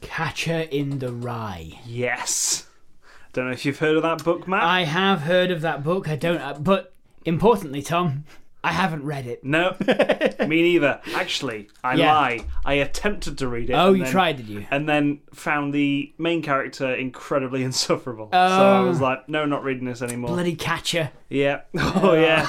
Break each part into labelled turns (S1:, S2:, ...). S1: Catcher in the Rye.
S2: Yes. Don't know if you've heard of that book, Matt.
S1: I have heard of that book. I don't, uh, but importantly, Tom, I haven't read it.
S2: No, me neither. Actually, I
S1: Yeah.
S2: lie. I attempted to read it.
S1: Oh,
S2: and
S1: you tried, did you?
S2: And then found the main character incredibly insufferable. So I
S1: Oh.
S2: was like, no, not reading this anymore.
S1: Bloody catcher.
S2: Yeah. Oh, yeah.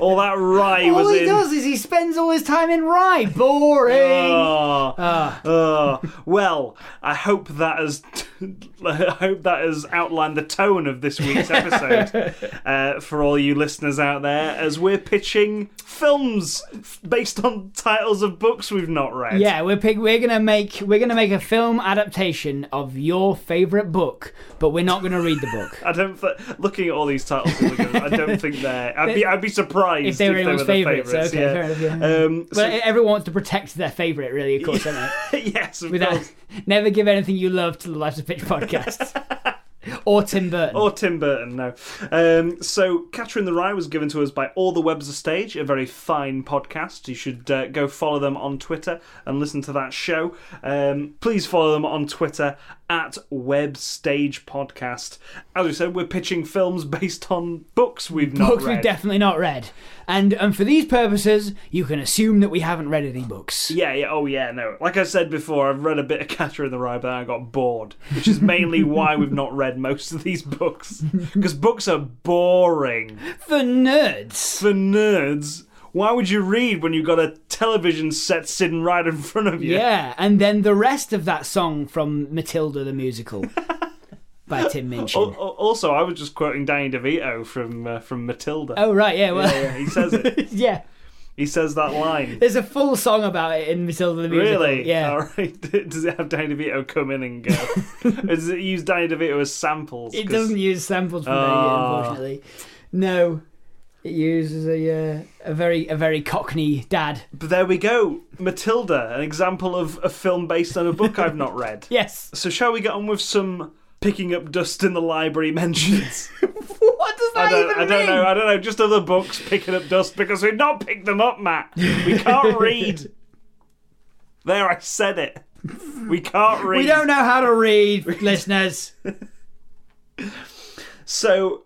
S2: All that rye
S1: All
S2: was
S1: he
S2: in.
S1: does is he spends all his time in rye. Boring.
S2: Oh,
S1: Ah.
S2: oh. Well, I hope that has I hope that has outlined the tone of this week's episode uh, for all you listeners out there, as we're pitching films f- based on titles of books we've not read.
S1: yeah, we're pick, we're gonna make we're gonna make a film adaptation of your favorite book, but we're not gonna read the book.
S2: I don't. Th- looking at all these titles, that we're gonna- I don't think they're. I'd be. I'd be surprised
S1: If they were anyone's
S2: the
S1: favourites,
S2: favourites,
S1: okay, fair enough,
S2: yeah.
S1: yeah.
S2: Um,
S1: But everyone wants to protect their favorite, really, of course, don't they?
S2: so- yes, of
S1: Without
S2: course.
S1: never give anything you love to the Life's a Pitch podcast or Tim Burton.
S2: Or Tim Burton, no. Um, so, Catcher in the Rye was given to us by All the Webster Stage, a very fine podcast. You should uh, go follow them on Twitter and listen to that show. Um, please follow them on Twitter at Web Stage Podcast. As we said, we're pitching films based on books we've not
S1: books
S2: read.
S1: we've definitely not read. And and for these purposes, you can assume that we haven't read any books.
S2: Yeah, yeah, oh yeah, no. Like I said before, I've read a bit of Catcher in the Rye, but then I got bored, which is mainly why we've not read most of these books. Because books are boring.
S1: For nerds.
S2: for nerds. Why would you read when you've got a television set sitting right in front of you?
S1: Yeah. and then the rest of that song from Matilda the Musical by Tim Minchin.
S2: Al-
S1: Oh,
S2: al- Also, I was just quoting Danny DeVito from uh, from Matilda.
S1: right, yeah, Oh, well,
S2: Yeah, yeah, he says it.
S1: yeah.
S2: He says that line.
S1: There's a full song about it in Matilda the Musical.
S2: Really?
S1: Yeah.
S2: All right. Does it have Danny DeVito come in and go? Does it use Danny DeVito as samples?
S1: It
S2: 'Cause-
S1: doesn't use samples from
S2: Ah.
S1: there, unfortunately. No. It uses a uh, a very a very cockney dad.
S2: But there we go. Matilda, an example of a film based on a book I've not read.
S1: Yes.
S2: So shall we get on with some picking up dust in the library mentions?
S1: What does that
S2: I don't,
S1: even
S2: I don't
S1: mean?
S2: know. I don't know. Just other books picking up dust because we've not picked them up, Matt. We can't read. There, I said it. We can't read.
S1: We don't know how to read, listeners.
S2: So,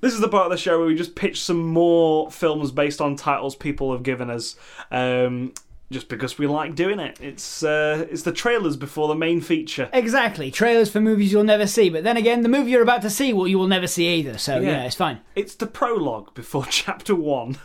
S2: this is the part of the show where we just pitch some more films based on titles people have given us. Um, just because we like doing it. It's uh, it's the trailers before the main feature.
S1: Exactly. Trailers for movies you'll never see, but then again, the movie you're about to see, well, you will never see either. So yeah,
S2: Yeah.
S1: it's fine.
S2: It's the prologue before chapter one.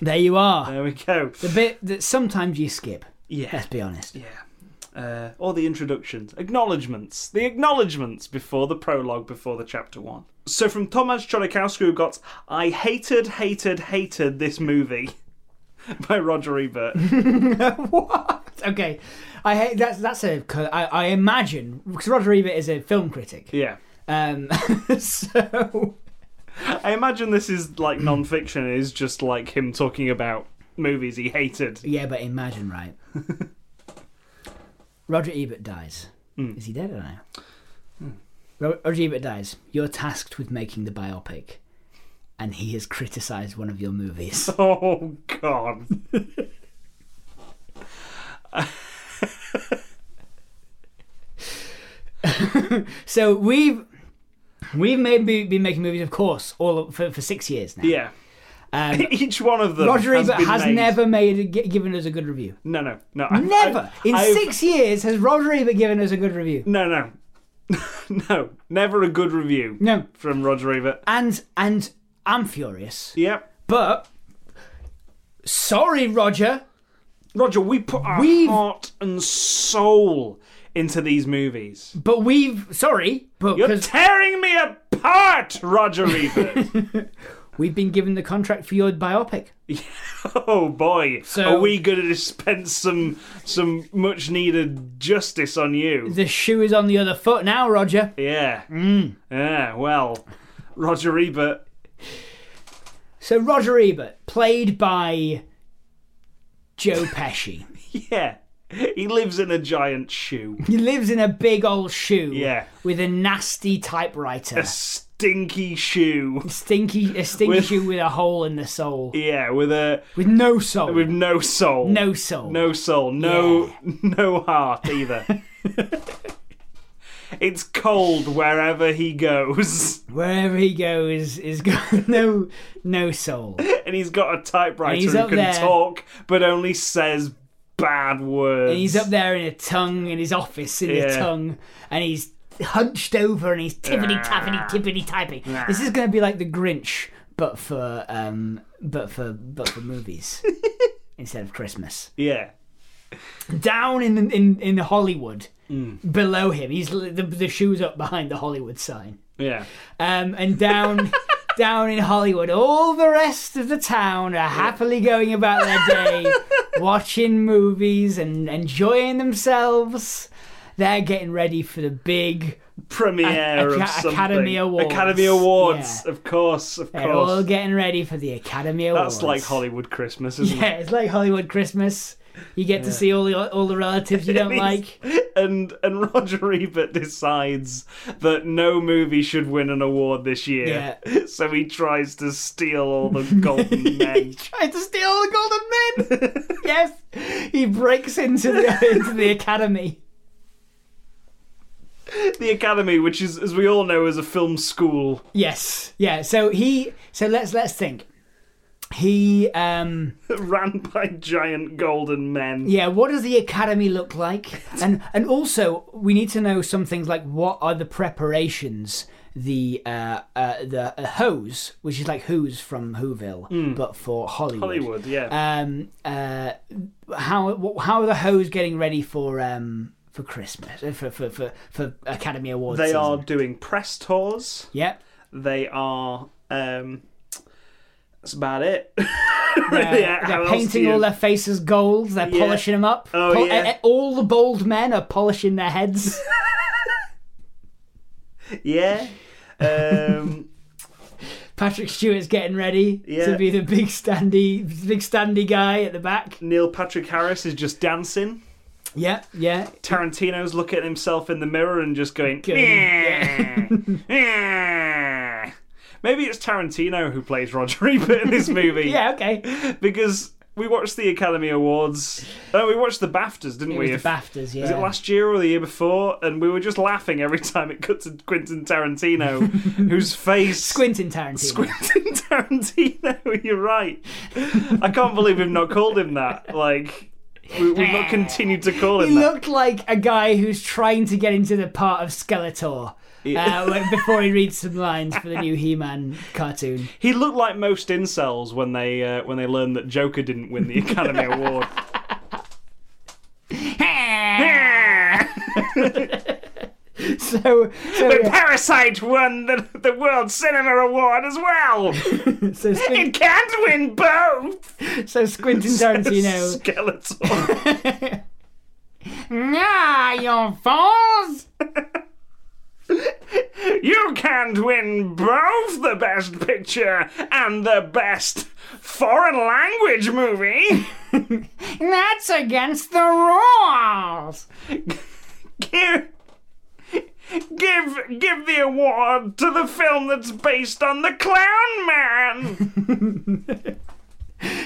S1: There you are.
S2: There we go.
S1: The bit that sometimes you skip.
S2: Yeah.
S1: Let's be honest.
S2: Yeah. Uh, or the introductions. Acknowledgements. The acknowledgements before the prologue, before the chapter one. So from Tomasz Chodakowski, we've got I hated, hated, hated this movie by Roger Ebert.
S1: what? Okay. I hate that's that's a co- I, I imagine because Roger Ebert is a film critic.
S2: yeah.
S1: Um, so
S2: I imagine this is like non fiction, it is just like him talking about movies he hated.
S1: yeah, but imagine right. Roger Ebert dies.
S2: Hmm.
S1: Is he dead or not? Ro- Roger Ebert dies. You're tasked with making the biopic, and he has criticised one of your movies.
S2: Oh, God.
S1: So we've we've maybe been making movies, of course, all for, for six years now.
S2: Yeah.
S1: Um,
S2: Each one of them.
S1: Roger
S2: has
S1: Ebert
S2: been
S1: has
S2: made-
S1: never made a, gi- given us a good review.
S2: No, no, no. I-
S1: Never
S2: I- Mm.
S1: in
S2: I've-
S1: six years has Roger Ebert given us a good review.
S2: No, no. no. Never a good review
S1: No,
S2: from Roger Ebert.
S1: and and I'm furious,
S2: Yep.
S1: but sorry, Roger.
S2: Roger, we put our
S1: We've-
S2: heart and soul into these movies.
S1: But we've sorry, but
S2: You're
S1: 'cause
S2: tearing me apart, Roger Ebert.
S1: We've been given the contract for your biopic.
S2: Oh boy,
S1: So-
S2: are we going to dispense some some much needed justice on you?
S1: The shoe is on the other foot now, Roger.
S2: Yeah.
S1: Mm.
S2: Yeah. Well, Roger Ebert.
S1: So Roger Ebert, played by Joe Pesci,
S2: Yeah. He lives in a giant shoe.
S1: he lives in a big old shoe.
S2: Yeah.
S1: With a nasty typewriter.
S2: A stinky shoe.
S1: Stinky, a stinky
S2: With-
S1: shoe with a hole in the sole,
S2: Yeah, with a
S1: with no soul,
S2: with no soul.
S1: no soul.
S2: No soul. No no heart either. it's cold wherever he goes.
S1: Wherever he goes, is got no, no soul.
S2: And he's got a typewriter
S1: he's
S2: who
S1: up
S2: can
S1: there.
S2: talk but only says bad words.
S1: And he's up there in a tongue in his office in
S2: Yeah.
S1: a tongue, and he's hunched over and he's tippity tappity tippity typing. This is going to be like the Grinch, but for um, but for but for movies instead of Christmas.
S2: Yeah.
S1: Down in in in Hollywood, below him, he's li- the, the shoes up behind the Hollywood sign,
S2: Yeah.
S1: um, and down. Down in Hollywood, all the rest of the town are happily going about their day, watching movies and enjoying themselves. They're getting ready for the big
S2: Premiere
S1: Aca-
S2: of something.
S1: Academy Awards.
S2: Academy Awards,
S1: Yeah.
S2: of course, of
S1: They're all
S2: course.
S1: getting ready for the Academy Awards.
S2: That's like Hollywood Christmas, isn't
S1: Yeah, it's like Hollywood Christmas. You get to see all the all the relatives you don't like.
S2: it? And and Roger Ebert decides that no movie should win an award this year. So he tries to steal all the golden men.
S1: Tries to steal all the golden men. yes, he breaks into the into the Academy.
S2: The Academy, which is as we all know is a film school.
S1: Yes, yeah. So he. So let's let's think. He. um
S2: ran by giant golden men.
S1: Yeah. What does the Academy look like? And and also we need to know some things like what are the preparations. The uh, uh, the uh, hose, which is like who's from Whoville, but for
S2: Hmm. Hollywood, yeah.
S1: um, uh, how wh- how are the hoes getting ready for um for Christmas uh, for for for, for Academy Awards?
S2: they
S1: season?
S2: are doing press tours.
S1: Yep.
S2: They are um that's about it.
S1: They're,
S2: Yeah, how
S1: they're
S2: else
S1: painting
S2: do you-
S1: all their faces gold. They're
S2: Yeah.
S1: polishing them up.
S2: Oh,
S1: Pol-
S2: yeah.
S1: uh, uh, all the bald men are polishing their heads.
S2: Yeah. Um
S1: Patrick Stewart's getting ready
S2: Yeah.
S1: to be the big standy, big standy guy at the back.
S2: Neil Patrick Harris is just dancing.
S1: Yeah, yeah.
S2: Tarantino's looking at himself in the mirror and just going.
S1: Good.
S2: "Nyeh, nyeh." Maybe it's Tarantino who plays Roger Ebert in this movie.
S1: Yeah, okay.
S2: because we watched the Academy Awards. No, we watched the BAFTAs, didn't
S1: It
S2: we?
S1: was the
S2: If-
S1: BAFTAs, yeah.
S2: Was it last year or the year before? And we were just laughing every time it cut to Quentin Tarantino, whose face.
S1: Quentin Tarantino.
S2: Quentin Tarantino, you're right. I can't believe we've not called him that. Like, we, we've not continued to call him
S1: He
S2: that.
S1: looked like a guy who's trying to get into the part of Skeletor uh, when- before he reads some lines for the new He-Man cartoon.
S2: He looked like most incels when they uh, when they learned that Joker didn't win the Academy Award.
S1: so, so, yeah,
S2: Parasite won the, the World Cinema Award as well.
S1: so, Squin-
S2: can't win both.
S1: so Quentin Tarantino.
S2: Skeletor.
S1: Ah, your fools!
S2: you can't win both the Best Picture and the Best Foreign Language Movie.
S1: That's against the rules.
S2: give, give, give the award to the film that's based on the Clown Man.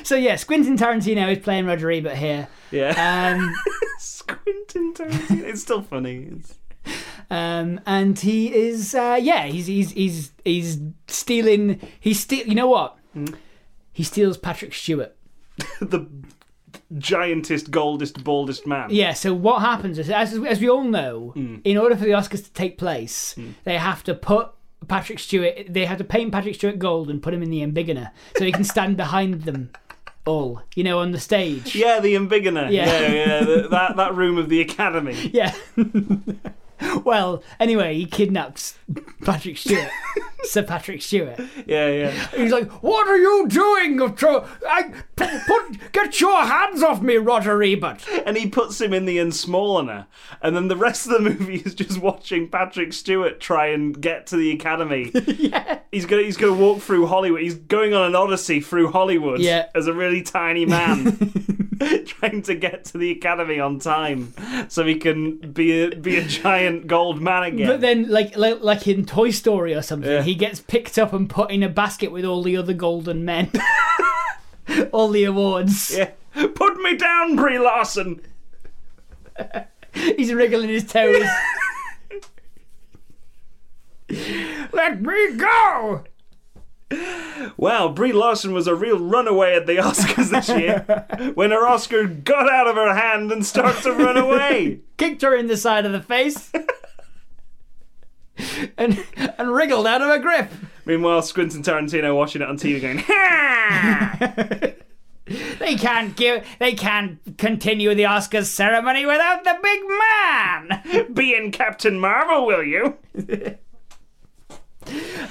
S1: So yes, Quentin Tarantino is playing Roger Ebert here.
S2: Yeah.
S1: Um,
S2: Squinting Tarantino. It's still funny. It's-
S1: Um, and he is, uh, yeah, he's he's he's he's stealing. He's steal. You know what? He steals Patrick Stewart.
S2: the giantest, goldest, baldest man.
S1: Yeah. So what happens is, as as we all know, in order for the Oscars to take place, they have to put Patrick Stewart. They have to paint Patrick Stewart gold and put him in the embiggener so he can stand behind them all. You know, on the stage.
S2: Yeah, the Embiggener.
S1: Yeah.
S2: yeah, yeah th- that that room of the Academy.
S1: Yeah. well, anyway, he kidnaps Patrick Stewart. Sir Patrick Stewart.
S2: Yeah, yeah.
S1: He's like, "What are you doing? Of tro- I p- put get your hands off me, Roger Ebert."
S2: And he puts him in the ensmallener. And then the rest of the movie is just watching Patrick Stewart try and get to the academy.
S1: yeah,
S2: He's gonna he's gonna walk through Hollywood. He's going on an odyssey through Hollywood
S1: Yeah.
S2: as a really tiny man, trying to get to the academy on time so he can be a, be a giant gold man again.
S1: but then like, like like in Toy Story or something,
S2: Yeah.
S1: he gets picked up and put in a basket with all the other golden men, all the awards.
S2: yeah. Put me down, Brie Larson.
S1: He's wriggling his toes. Let me go.
S2: Wow, Brie Larson was a real runaway at the Oscars this year when her Oscar got out of her hand and started to run away.
S1: Kicked her in the side of the face. And, and wriggled out of her grip.
S2: Meanwhile, Squinton Tarantino watching it on TV going, ha!
S1: They can't give. They can't continue the Oscars ceremony without the big man.
S2: Be in Captain Marvel, will you?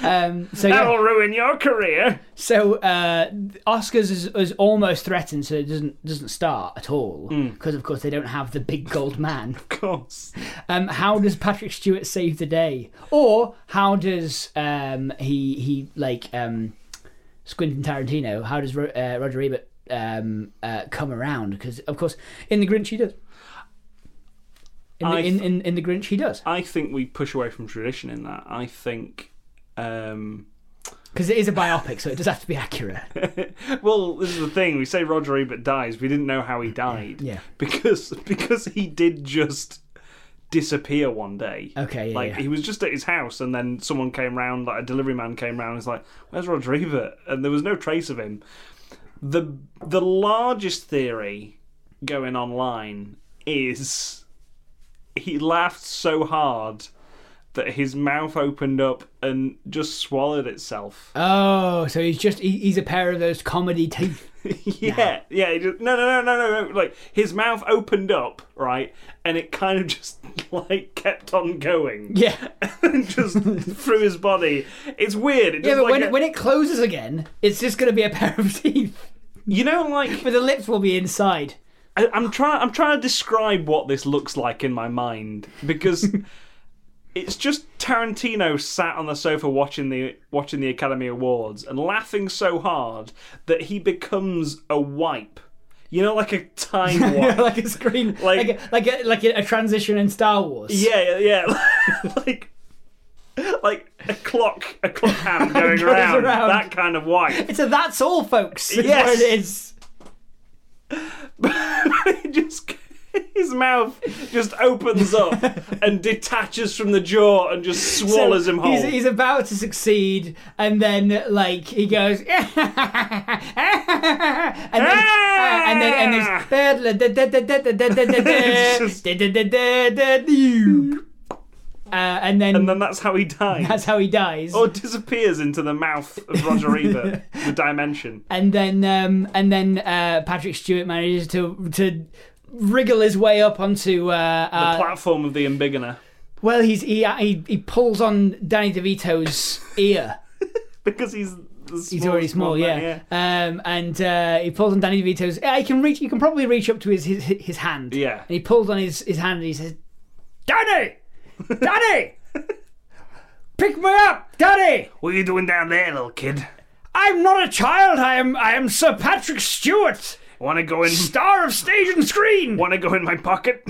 S1: Um, so
S2: That'll
S1: yeah,
S2: ruin your career.
S1: so uh, Oscars is, is almost threatened, so it doesn't doesn't start at all because of course they don't have the big gold man.
S2: Of course.
S1: Um, how does Patrick Stewart save the day, or how does um, he he like um, Squintin Tarantino? How does Ro- uh, Roger Ebert um, uh, come around? Because of course, in the Grinch he does. In the,
S2: I
S1: in, in, in the Grinch he does
S2: I think we push away from tradition in that. I think. Um,
S1: because it is a biopic, so it does have to be accurate.
S2: well, this is the thing. We say Roger Ebert dies. We didn't know how he died.
S1: Yeah.
S2: Because because he did just disappear one day.
S1: Okay, yeah,
S2: Like
S1: yeah.
S2: he was just at his house, and then someone came round. Like a delivery man came round. and was like, "Where's Roger Ebert?" And there was no trace of him. the The largest theory going online is he laughed so hard that his mouth opened up and just swallowed itself.
S1: Oh, so he's just he, he's a pair of those comedy teeth.
S2: Yeah, yeah. He just, no, no, no, no, no, no. Like his mouth opened up, right, and it kind of just like kept on going,
S1: Yeah,
S2: and just through his body. It's weird. It
S1: yeah.
S2: just,
S1: But
S2: like,
S1: when
S2: a-
S1: it, when it closes again, it's just going to be a pair of teeth,
S2: you know, like
S1: but the lips will be inside.
S2: I, I'm trying. I'm trying to describe what this looks like in my mind because it's just Tarantino sat on the sofa watching the watching the Academy Awards and laughing so hard that he becomes a wipe. You know, like a time wipe.
S1: like a screen,
S2: Like-
S1: like like a, like, a, like a, a transition in Star Wars.
S2: Yeah, yeah, yeah. like like a clock, a clock hand going
S1: Goes
S2: around,
S1: around.
S2: that kind of wipe.
S1: So that's all, folks. Is
S2: Yes.
S1: what it is.
S2: It just his mouth just opens up and detaches from the jaw and just
S1: So
S2: swallows him whole.
S1: He's, he's about to succeed, and then like he goes, and then uh, and then and there's
S2: Ah! just-
S1: uh, and then
S2: and then Oh, that's how he dies.
S1: that's how he dies.
S2: or disappears into the mouth of Roger Ebert, the dimension.
S1: and then um, and then uh, Patrick Stewart manages to to wriggle his way up onto uh, uh,
S2: Platform of the embiggener.
S1: well he's he, uh, he he pulls on Danny DeVito's ear.
S2: Because he's the small,
S1: He's already small,
S2: man,
S1: yeah. Um, and uh, he pulls on Danny DeVito's. Yeah, he can reach. You can probably reach up to his his, his hand.
S2: Yeah.
S1: And he pulls on his, his hand and he says, "Danny, Danny, pick me up, Danny.
S2: What are you doing down there, little kid?
S1: I'm not a child. I am I am Sir Patrick Stewart,
S2: Wanna go in
S1: star of stage and screen.
S2: wanna go in my pocket?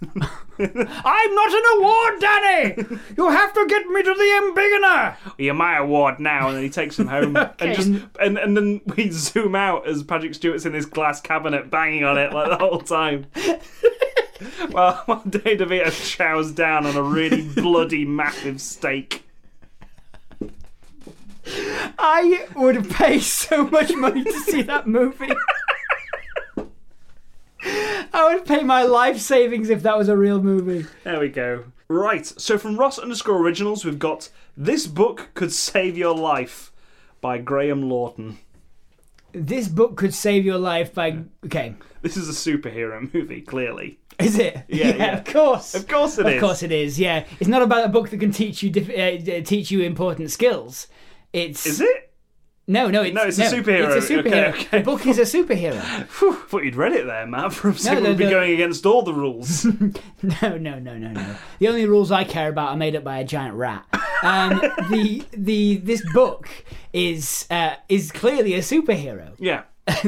S1: I'm not an award, Danny. you have to get me to the embiggener.
S2: you're my award now and then he takes him home and just and, and then we zoom out as patrick stewart's in his glass cabinet banging on it like the whole time well while Dave devito chows down on a really bloody massive steak
S1: I would pay so much money to see that movie. I would pay my life savings if that was a real movie.
S2: there we go right so from ross underscore originals we've got this book could save your life by graham lawton
S1: This book could save your life by. Okay.
S2: This is a superhero movie, clearly.
S1: Is it?
S2: Yeah, yeah.
S1: of course.
S2: Of course it
S1: of
S2: is.
S1: course it is. Yeah, it's not about a book that can teach you diff- uh, uh, teach you important skills. It's
S2: Is it?
S1: no, no, it's,
S2: No, it's a superhero.
S1: It's a
S2: Okay,
S1: superhero.
S2: okay.
S1: The book is a superhero.
S2: Phew, thought you'd read it there, Matt. From
S1: No,
S2: it
S1: no,
S2: would be
S1: no.
S2: going against all the rules.
S1: No, no, no, no, no. The only rules I care about are made up by a giant rat. Um, the the this book is uh, is clearly a superhero.
S2: yeah.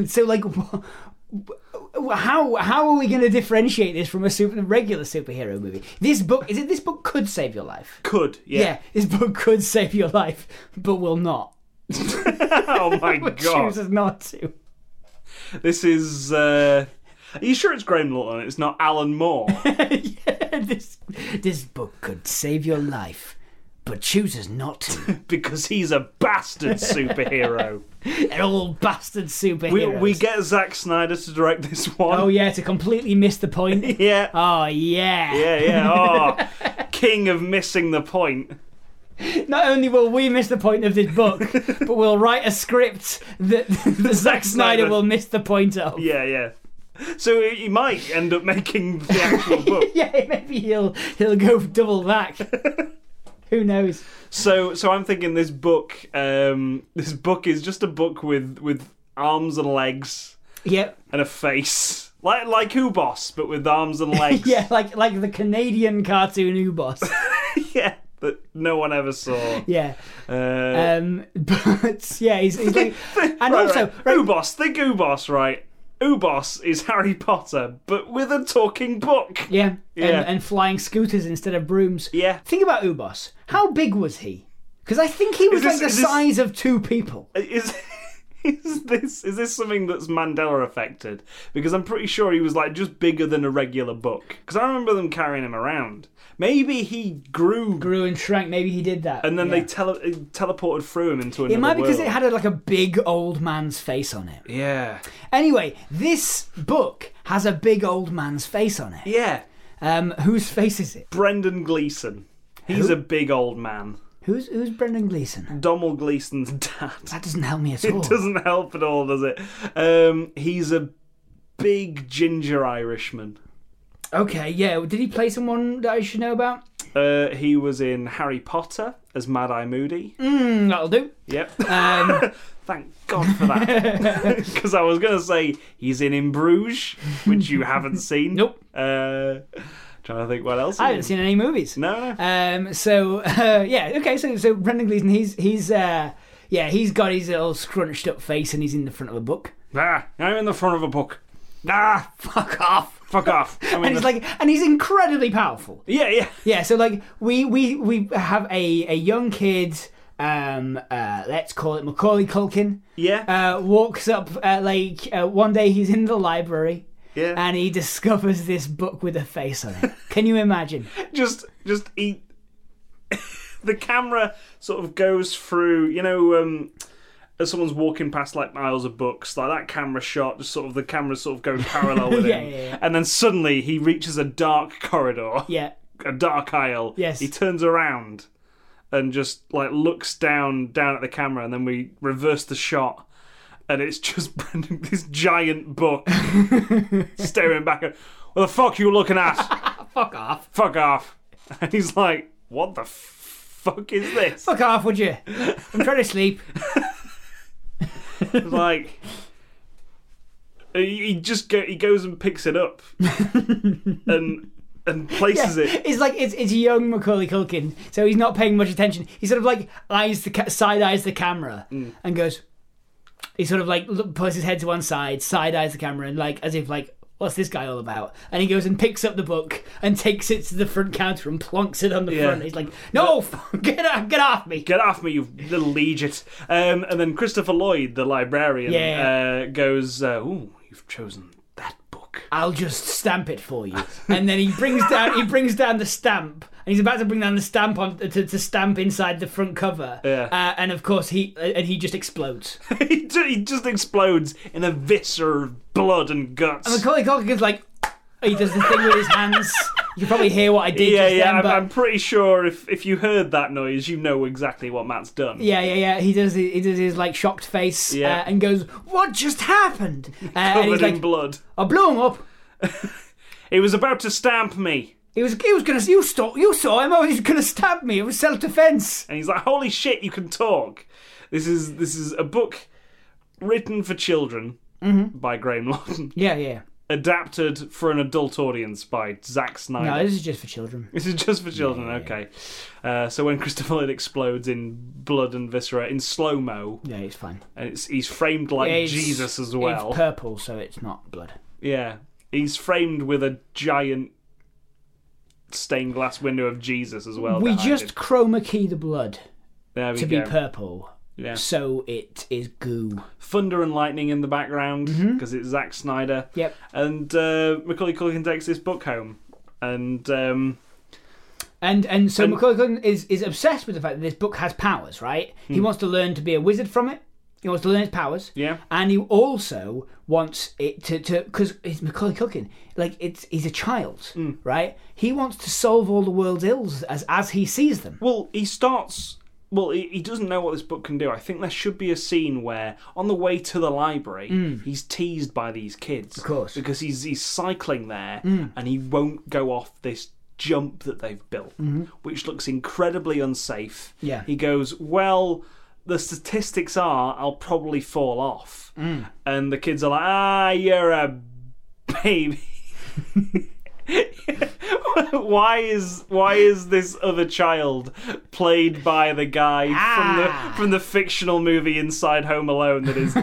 S1: so like wh- wh- how how are we going to differentiate this from a super, regular superhero movie this book is it this book could save your life
S2: Could.
S1: yeah.
S2: Yeah.
S1: this book could save your life but will not
S2: oh my
S1: But
S2: god.
S1: chooses not to
S2: This is. Uh... Are you sure it's Graham Lawton? It's not Alan Moore.
S1: yeah, this this book could save your life but chooses not to.
S2: because he's a bastard superhero.
S1: They're all bastard superheroes.
S2: we, we get Zack Snyder to direct this one.
S1: oh yeah, to completely miss the point.
S2: yeah.
S1: Oh yeah.
S2: yeah, yeah. Oh, king of missing the point.
S1: Not only will we miss the point of this book, but we'll write a script that, that Zack Snyder
S2: Snyder.
S1: will miss the point of.
S2: Yeah, yeah. So he might end up making the actual book.
S1: Yeah, maybe he'll he'll go double back. Who knows?
S2: So, so I'm thinking this book, um, this book is just a book with with arms and legs
S1: Yep.
S2: and a face, like like Who Boss, but with arms and legs.
S1: Yeah, like like the Canadian cartoon Ubos.
S2: yeah. That no one ever saw.
S1: Yeah.
S2: Uh,
S1: Um but yeah, he's, he's like and
S2: right,
S1: Uh, also
S2: right. Ubos, think Ubos, right? Ubos is Harry Potter, but with a talking book.
S1: Yeah.
S2: Yeah.
S1: And, and flying scooters instead of brooms.
S2: Yeah.
S1: Think about Ubos. How big was he? Because I think he was
S2: this-
S1: like the
S2: is this-
S1: size of two people.
S2: is is this is this something that's Mandela affected? Because I'm pretty sure he was like just bigger than a regular book. Because I remember them carrying him around. Maybe he grew,
S1: Grew and shrank. Maybe he did that.
S2: and then
S1: Yeah.
S2: they tele- teleported through him into another.
S1: It might be because
S2: world.
S1: it had a, like a big old man's face on it.
S2: Yeah,
S1: Anyway, this book has a big old man's face on it.
S2: yeah.
S1: Um, whose face is it?
S2: Brendan Gleeson. He's
S1: Who?
S2: a big old man.
S1: Who's who's Brendan Gleeson?
S2: Donald Gleeson's dad.
S1: That doesn't help me at all.
S2: It doesn't help at all, does it? Um, he's a big ginger Irishman.
S1: Okay, yeah. Did he play someone that I should know about?
S2: Uh, he was in Harry Potter as Mad Eye Moody.
S1: Mm, that'll do.
S2: Yep.
S1: Um,
S2: Thank God for that. Because I was going to say he's in In Bruges, which you haven't seen.
S1: Nope.
S2: Uh, trying to think what else.
S1: I
S2: he
S1: haven't
S2: is.
S1: seen any movies.
S2: No, no.
S1: Um, so uh, yeah, okay. So so Brendan Gleeson, he's he's uh, yeah, he's got his little scrunched up face, and he's in the front of a book.
S2: Nah, I'm in the front of a book. Nah,
S1: Fuck off.
S2: fuck off. I mean,
S1: And he's like, and he's incredibly powerful.
S2: yeah, yeah,
S1: Yeah, so like we we we have a a young kid. Um, uh, let's call it Macaulay Culkin.
S2: yeah,
S1: Uh, walks up uh, like uh, one day he's in the library
S2: yeah.
S1: and he discovers this book with a face on it. Can you imagine?
S2: just, just eat. the camera sort of goes through, you know, um, as someone's walking past like miles of books, like that camera shot, just sort of the camera sort of going parallel with
S1: Yeah,
S2: him,
S1: yeah, yeah.
S2: and then suddenly he reaches a dark corridor.
S1: Yeah,
S2: a dark aisle.
S1: Yes.
S2: He turns around and just like looks down down at the camera, and then we reverse the shot, and it's just Brendan, this giant book staring back at. What the fuck are you looking at?
S1: fuck off.
S2: fuck off! And he's like, "What the f- fuck is this?"
S1: Fuck off, would you? I'm trying to sleep.
S2: like. He he just go, he goes and picks it up, and and places it
S1: It's like it's it's young Macaulay Culkin, so he's not paying much attention. He sort of like eyes the ca- side eyes the camera
S2: Mm.
S1: and goes. He sort of like look, puts his head to one side, side eyes the camera, and like as if like. What's this guy all about? And he goes and picks up the book and takes it to the front counter and plonks it on the
S2: Yeah.
S1: front. He's like, "No, get off, get off me!"
S2: get off me, you little legit. Um, and then Christopher Lloyd, the librarian,
S1: Yeah.
S2: uh, goes, uh, Ooh, you've chosen that book.
S1: I'll just stamp it for you. And then he brings down he brings down the stamp. And he's about to bring down the stamp on to, to stamp inside the front cover.
S2: Yeah.
S1: Uh, and of course he and he just explodes.
S2: he, ju- he just explodes in a viscera of blood and guts.
S1: Macaulay Culkin's like he does the thing with his hands. You probably hear what I did.
S2: yeah,
S1: just
S2: yeah.
S1: then,
S2: I'm,
S1: but-
S2: I'm pretty sure if if you heard that noise, you know exactly what Matt's done.
S1: Yeah, yeah, yeah. He does. He does his like shocked face
S2: Yeah.
S1: uh, and goes, "What just happened?" Uh, and
S2: covered
S1: he's
S2: in
S1: like,
S2: blood.
S1: "I blew him up.
S2: He was about to stamp me,
S1: He was. He was gonna. You saw. You saw him. Oh, he was gonna stab me. It was self defense."
S2: and he's like, "Holy shit, you can talk!" This is this is a book written for children
S1: Mm-hmm.
S2: by Graham Lawton,
S1: Yeah, yeah. adapted
S2: adapted for an adult audience by Zack Snyder.
S1: No, this is just for children.
S2: This is just for children, okay. Uh, so when Christopher Lloyd explodes in blood and viscera in slow mo,
S1: Yeah, it's fine.
S2: and it's, he's framed like
S1: Yeah, it's-
S2: Jesus as well.
S1: It's purple, so it's not blood.
S2: yeah, he's framed with a giant stained glass window of Jesus as well.
S1: we
S2: behind
S1: just
S2: him.
S1: chroma key the blood
S2: there we
S1: to
S2: go.
S1: be purple,
S2: Yeah.
S1: so it is goo.
S2: Thunder and lightning in the background because it's Zack Snyder.
S1: Yep.
S2: And uh, Macaulay Culkin takes this book home, and um,
S1: And and so Macaulay Culkin is is obsessed with the fact that this book has powers. Right? He wants to learn to be a wizard from it. He wants to learn his powers.
S2: yeah,
S1: and he also wants it to to because it's Macaulay Culkin, like it's he's a child, right? He wants to solve all the world's ills as as he sees them.
S2: Well, he starts. Well, he, he doesn't know what this book can do. I think there should be a scene where, on the way to the library, he's teased by these kids. Of
S1: Hmm. course. Hmm.
S2: Because he's, he's cycling there and he won't go off this jump that they've built, which looks incredibly unsafe.
S1: Mm-hmm. Yeah.
S2: He goes, Well, the statistics are I'll probably fall off.
S1: Hmm.
S2: And the kids are like, Ah, you're a baby. why is why is this other child played by the guy
S1: Ah.
S2: from the from the fictional movie Inside Home Alone that is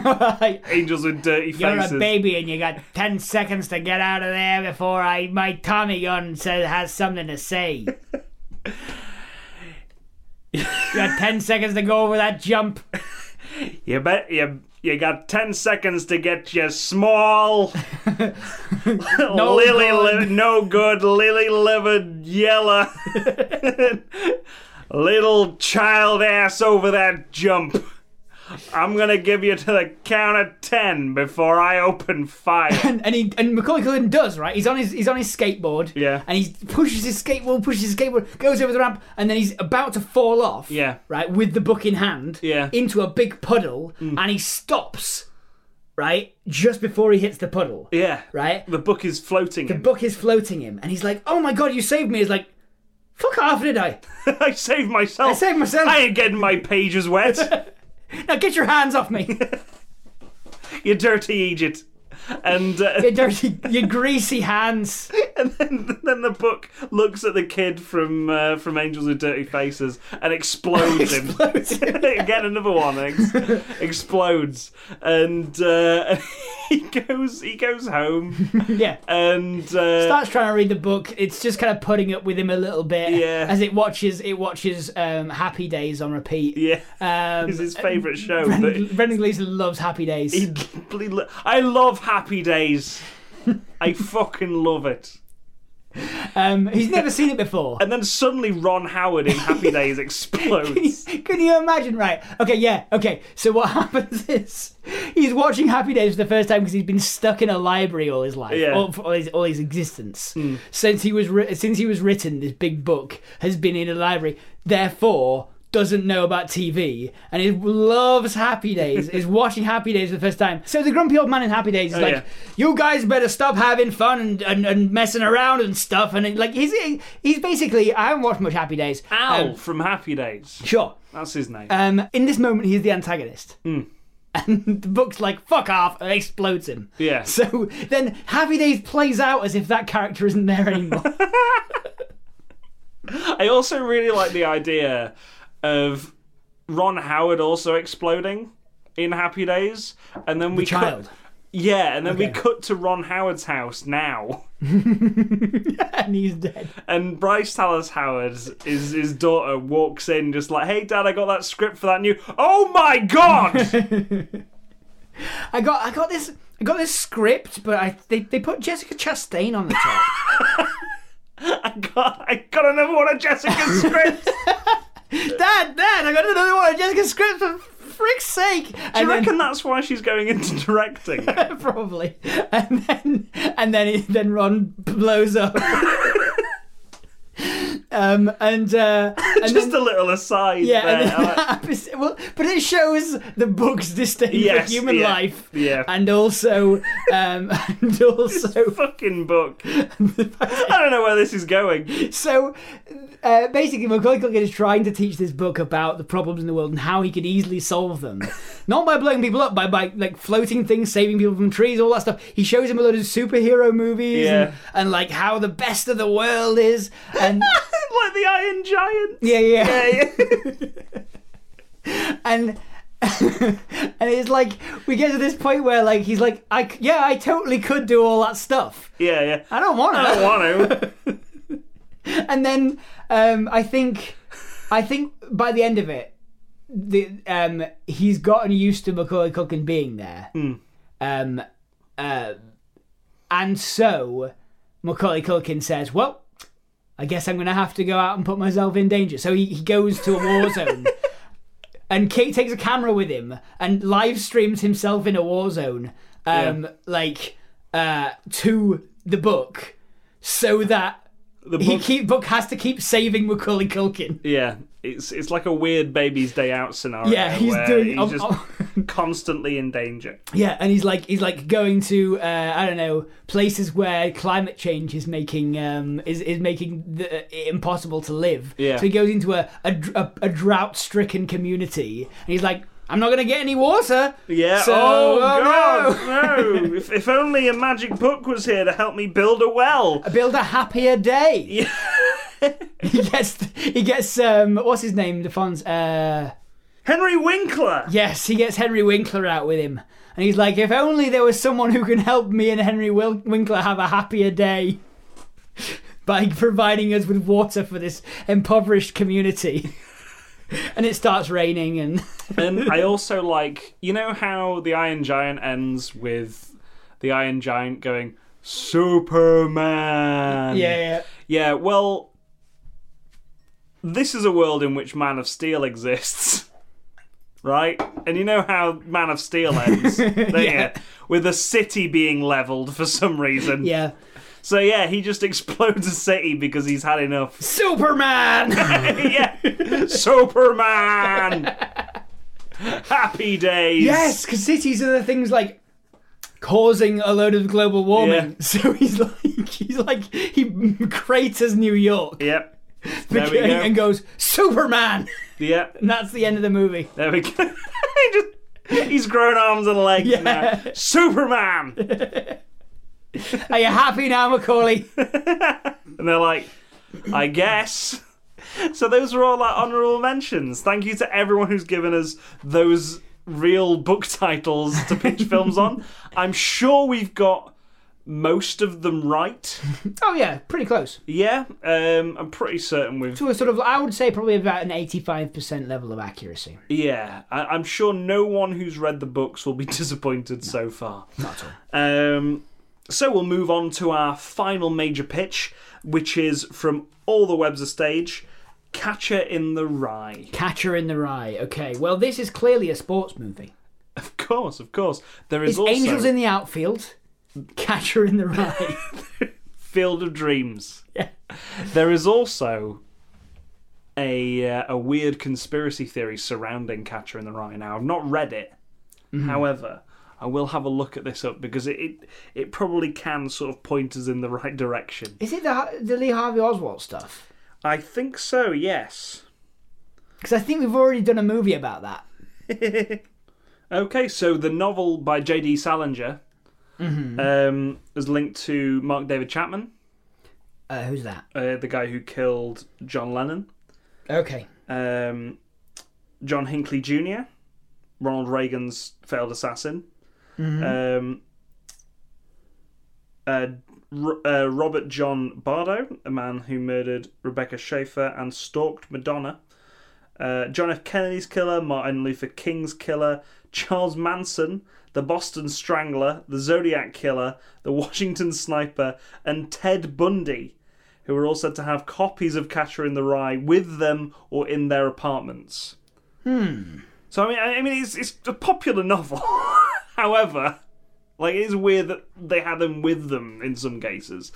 S2: Angels with Dirty Faces?
S1: You're a baby and you got ten seconds to get out of there before I my Tommy gun says has something to say. you got ten seconds to go over that jump.
S2: You bet you you got ten seconds to get your small
S1: No
S2: lily
S1: good.
S2: li- no good lily livered yellow little child ass over that jump. I'm gonna give you to the count of ten before I open fire.
S1: and, and he and Macaulay Culkin does right. He's on his he's on his skateboard.
S2: Yeah.
S1: And he pushes his skateboard, pushes his skateboard, goes over the ramp, and then he's about to fall off.
S2: Yeah.
S1: Right with the book in hand.
S2: Yeah. Mm.
S1: Into a big puddle, and he stops. Right just before he hits the puddle.
S2: yeah,
S1: Right.
S2: The book is floating.
S1: The book is floating him, and he's like, "Oh my god, you saved me!" He's like, "Fuck off, did I?
S2: I saved myself.
S1: I saved myself.
S2: I ain't getting my pages wet.
S1: now get your hands off me,
S2: you dirty Egypt. And uh,
S1: you dirty, you greasy hands."
S2: And then, then the book looks at the kid from uh, from Angels with Dirty Faces and explodes him.
S1: Explodes him,
S2: Again, another one ex- explodes, and uh, he goes he goes home
S1: Yeah.
S2: and uh,
S1: starts trying to read the book. It's just kind of putting up with him a little bit
S2: Yeah.
S1: as it watches it watches um, Happy Days on repeat.
S2: yeah,
S1: Um,
S2: is his favourite show. but
S1: Brendan, Brendan Gleeson loves Happy Days.
S2: he, he lo- I love Happy Days. I fucking love it.
S1: um, he's never seen it before.
S2: And then suddenly Ron Howard in Happy Days explodes.
S1: Can you imagine? Right. Okay. Yeah. Okay. So what happens is he's watching Happy Days for the first time because he's been stuck in a library all his life,
S2: Yeah. Hmm.
S1: all, all his all his existence since he was wri- since he was written. This big book has been in a library. Therefore. Doesn't know about TV and he loves Happy Days. is watching Happy Days for the first time. So the grumpy old man in Happy Days is like,
S2: Oh, yeah.
S1: "You guys better stop having fun and, and, and messing around and stuff." And like he's he's basically I haven't watched much Happy Days.
S2: Al
S1: Um,
S2: from Happy Days.
S1: sure.
S2: That's his name.
S1: Um, in this moment, he's the antagonist.
S2: Hmm.
S1: And the book's like, fuck off, and explodes him.
S2: Yeah.
S1: So then Happy Days plays out as if that character isn't there anymore.
S2: I also really like the idea of Ron Howard also exploding in Happy Days, and then we cut-
S1: Child.
S2: yeah, and then we cut to Ron Howard's house now,
S1: and he's dead.
S2: and Bryce Dallas Howard, his his daughter, walks in just like, "Hey, Dad, I got that script for that new." Oh my god!
S1: I got I got this I got this script, but I they, they put Jessica Chastain on the top.
S2: I got I got another one of Jessica's scripts.
S1: dad, Dad, I got another one of Jessica's scripts for frick's sake.
S2: I reckon that's why she's going into directing.
S1: probably. And then and then it, then Ron blows up. Um, and uh, and
S2: Just
S1: then-
S2: a little aside
S1: yeah,
S2: there.
S1: and then
S2: I-
S1: that episode- well, but it shows the book's disdain
S2: Yes,
S1: for human
S2: yeah,
S1: life,
S2: yeah.
S1: and also, um, and also,
S2: fucking book. I don't know where this is going.
S1: so uh, basically, Macaulay Culkin is trying to teach this book about the problems in the world and how he could easily solve them, not by blowing people up, by by like floating things, saving people from trees, all that stuff. He shows him a lot of superhero movies
S2: Yeah.
S1: and, and like how the best of the world is, and
S2: like the Iron Giant.
S1: yeah, yeah.
S2: Yeah.
S1: and and it's like we get to this point where like he's like I c- yeah I totally could do all that stuff
S2: yeah, yeah.
S1: I don't want
S2: I don't
S1: to
S2: want to.
S1: and then um I think I think by the end of it the um he's gotten used to Macaulay Culkin being there
S2: Hmm.
S1: um uh and so Macaulay Culkin says well I guess I'm gonna have to go out and put myself in danger so he, he goes to a war zone and Kate takes a camera with him and live streams himself in a war zone, um, like uh, to the book, so that
S2: The
S1: he
S2: book.
S1: keep book has to keep saving Macaulay Culkin.
S2: yeah, it's it's like a weird baby's day out scenario.
S1: Yeah, he's
S2: where
S1: doing-
S2: He's
S1: I'm-
S2: just constantly in danger.
S1: Yeah, and he's like he's like going to uh, I don't know places where climate change is making um, is is making the, uh, it impossible to live.
S2: Yeah.
S1: So he goes into a a, dr- a, a drought stricken community, and he's like, I'm not gonna get any water.
S2: Yeah.
S1: So,
S2: oh,
S1: oh,
S2: God, no! if, if only a magic book was here to help me build a well.
S1: Build a happier day. he gets he gets um what's his name the Fonz uh
S2: Henry Winkler.
S1: yes he gets Henry Winkler out with him and he's like if only there was someone who can help me and Henry Wil- Winkler have a happier day by providing us with water for this impoverished community and it starts raining and
S2: and I also like you know how the Iron Giant ends with the Iron Giant going Superman.
S1: yeah
S2: Yeah, well this is a world in which Man of Steel exists. Right? And you know how Man of Steel ends, don't
S1: Yeah.
S2: you? With a city being leveled for some reason.
S1: yeah
S2: So yeah, he just explodes a city because he's had enough.
S1: Superman
S2: yeah. Superman. Happy days.
S1: yes because cities are the things like causing a load of global warming
S2: Yeah.
S1: so he's like he's like he craters New York
S2: Yep. There we go.
S1: and goes Superman,
S2: Yep.
S1: and that's the end of the movie.
S2: There we go. he just, he's grown arms and legs
S1: Yeah.
S2: now. Superman.
S1: Are you happy now, Macaulay?
S2: and they're like, I guess. So those were all our honourable mentions. Thank you to everyone who's given us those real book titles to pitch films on. I'm sure we've got most of them right.
S1: oh yeah, pretty close
S2: Yeah, um, I'm pretty certain we've.
S1: to a sort of I would say probably about an eighty-five percent level of accuracy.
S2: Yeah, I- I'm sure no one who's read the books will be disappointed so far.
S1: Not at all.
S2: Um, so we'll move on to our final major pitch, which is from All the Webs of Stage Catcher in the Rye.
S1: Catcher in the Rye. Okay, well this is clearly a sports movie.
S2: Of course, of course. There is
S1: It's
S2: also
S1: Angels in the Outfield. Catcher in the Rye.
S2: Field of Dreams.
S1: Yeah.
S2: There is also a, uh, a weird conspiracy theory surrounding Catcher in the Rye. Now, I've not read it.
S1: Mm-hmm.
S2: However, I will have a look at this up because it, it, it probably can sort of point us in the right direction.
S1: is it the the Lee Harvey Oswald stuff?
S2: I think so, yes.
S1: Because I think we've already done a movie about that.
S2: Okay, so the novel by J.D. Salinger
S1: Mm-hmm.
S2: um, is linked to Mark David Chapman,
S1: Uh, who's that?
S2: uh, the guy who killed John Lennon,
S1: Okay.
S2: um, John Hinckley Jr., Ronald Reagan's failed assassin, um, uh, R- uh, Robert John Bardo, a man who murdered Rebecca Schaefer and stalked Madonna, uh, John F. Kennedy's killer, Martin Luther King's killer, Charles Manson, the Boston Strangler, the Zodiac Killer, the Washington Sniper, and Ted Bundy, who were all said to have copies of Catcher in the Rye with them or in their apartments. Hmm. So I mean, I I mean, it's it's a popular novel. However, like it is weird that they had them with them in some cases.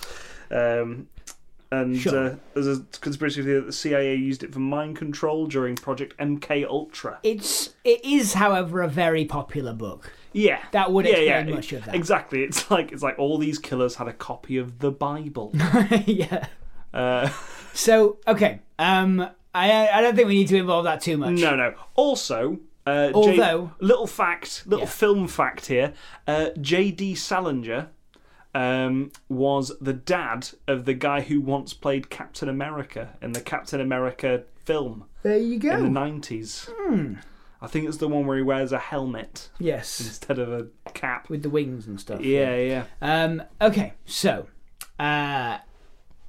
S2: Um, And
S1: Sure.
S2: uh, there's a conspiracy theory that the CIA used it for mind control during Project MK Ultra.
S1: It's it is, however, a very popular book.
S2: Yeah,
S1: That would
S2: yeah,
S1: explain
S2: yeah,
S1: much of that.
S2: Exactly. It's like it's like all these killers had a copy of the Bible.
S1: yeah.
S2: uh,
S1: So okay, um, I I don't think we need to involve that too much.
S2: no, no. Also, uh, J-
S1: Although-
S2: little fact, little
S1: Yeah.
S2: film fact here: uh, J.D. Salinger um, was the dad of the guy who once played Captain America in the Captain America film
S1: There you go.
S2: in the nineties.
S1: Hmm.
S2: I think it's the one where he wears a helmet
S1: yes,
S2: instead of a cap.
S1: with the wings and stuff.
S2: Yeah, yeah.
S1: Um, okay, so uh,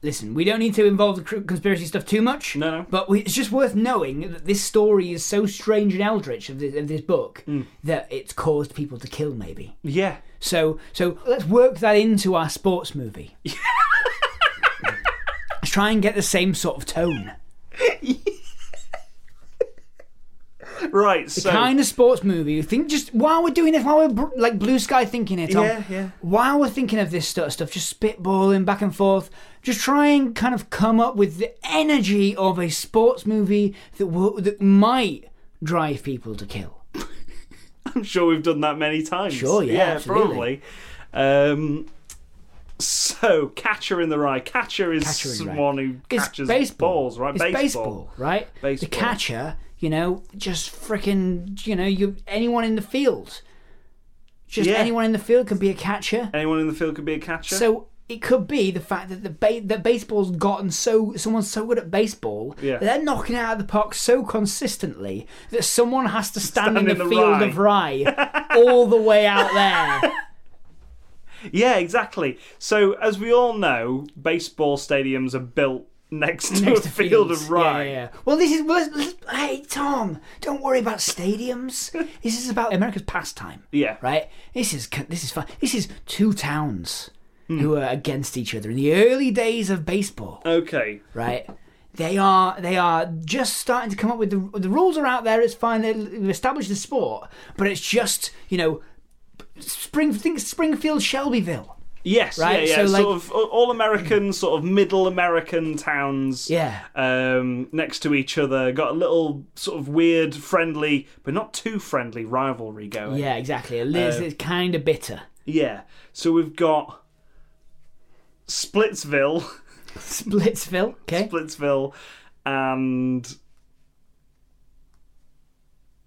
S1: listen, we don't need to involve the cr- conspiracy stuff too much.
S2: No, no.
S1: But we, it's just worth knowing that this story is so strange and eldritch of this, of this book
S2: Hmm.
S1: that it's caused people to kill, maybe.
S2: Yeah.
S1: So, so let's work that into our sports movie. let's try and get the same sort of tone.
S2: Right, so
S1: kind of sports movie. Think just while we're doing this, while we're br- like blue sky thinking it. Tom,
S2: Yeah, yeah.
S1: While we're thinking of this sort of stuff, just spitballing back and forth. Just try and kind of come up with the energy of a sports movie that will, that might drive people to kill.
S2: I'm sure we've done that many times.
S1: Sure, yeah, absolutely.
S2: probably. Um, so catcher in the rye. Catcher is
S1: Catcher in the rye.
S2: someone who catches
S1: it's baseball,
S2: balls, right?
S1: It's baseball, right?
S2: Baseball.
S1: The catcher, you know, just freaking, you know, you anyone in the field, just
S2: Yeah.
S1: anyone in the field can be a catcher.
S2: Anyone in the field could be a catcher.
S1: So it could be the fact that the ba- that baseball's gotten so someone's so good at baseball,
S2: Yeah.
S1: they're knocking it out of the park so consistently that someone has to stand,
S2: Stand
S1: in the,
S2: in the
S1: field
S2: rye.
S1: of rye all the way out there.
S2: yeah, exactly. So as we all know, baseball stadiums are built next to
S1: next
S2: a
S1: to
S2: field
S1: fields.
S2: of rye.
S1: Yeah, yeah, yeah. Well, this is. Well, let's- let's- hey, Tom, don't worry about stadiums. this is about America's pastime.
S2: Yeah.
S1: Right. This is c- this is fun. This is two towns
S2: Hmm.
S1: who are against each other in the early days of baseball.
S2: Okay.
S1: right? They are they are just starting to come up with the the rules are out there. It's fine. They- They've established the sport, but it's just you know, spring think Springfield Shelbyville.
S2: Yes.
S1: Right,
S2: Yeah. Yeah.
S1: so, like-
S2: sort of all American, sort of middle American towns.
S1: Yeah.
S2: um, next to each other. Got a little sort of weird, friendly, but not too friendly rivalry going.
S1: Yeah, exactly. Liz is kind of bitter.
S2: Yeah. So we've got Splitsville,
S1: Splitsville, okay.
S2: Splitsville, and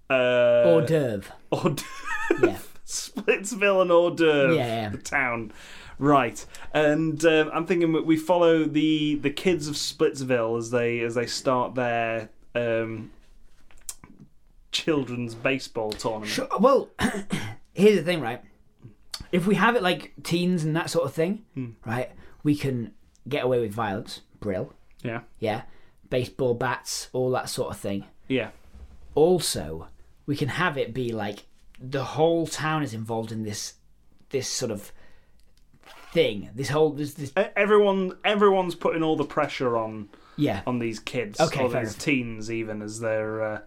S2: uh,
S1: Hors d'oeuvre.
S2: hors d'oeuvre.
S1: Yeah.
S2: Splitsville and hors d'oeuvre,
S1: Yeah, yeah.
S2: the town. Right, and um, I'm thinking we- we follow the the kids of Splitsville as they as they start their um, children's baseball tournament.
S1: Sure, Well, here's the thing, right? If we have it like teens and that sort of thing, right, we can get away with violence. Brill.
S2: Yeah,
S1: Yeah. Baseball bats, all that sort of thing.
S2: yeah,
S1: also we can have it be like the whole town is involved in this this sort of thing this whole this, this
S2: E- everyone everyone's putting all the pressure on
S1: yeah
S2: on these kids
S1: Okay,
S2: or
S1: fair
S2: these
S1: enough.
S2: teens even as they're uh,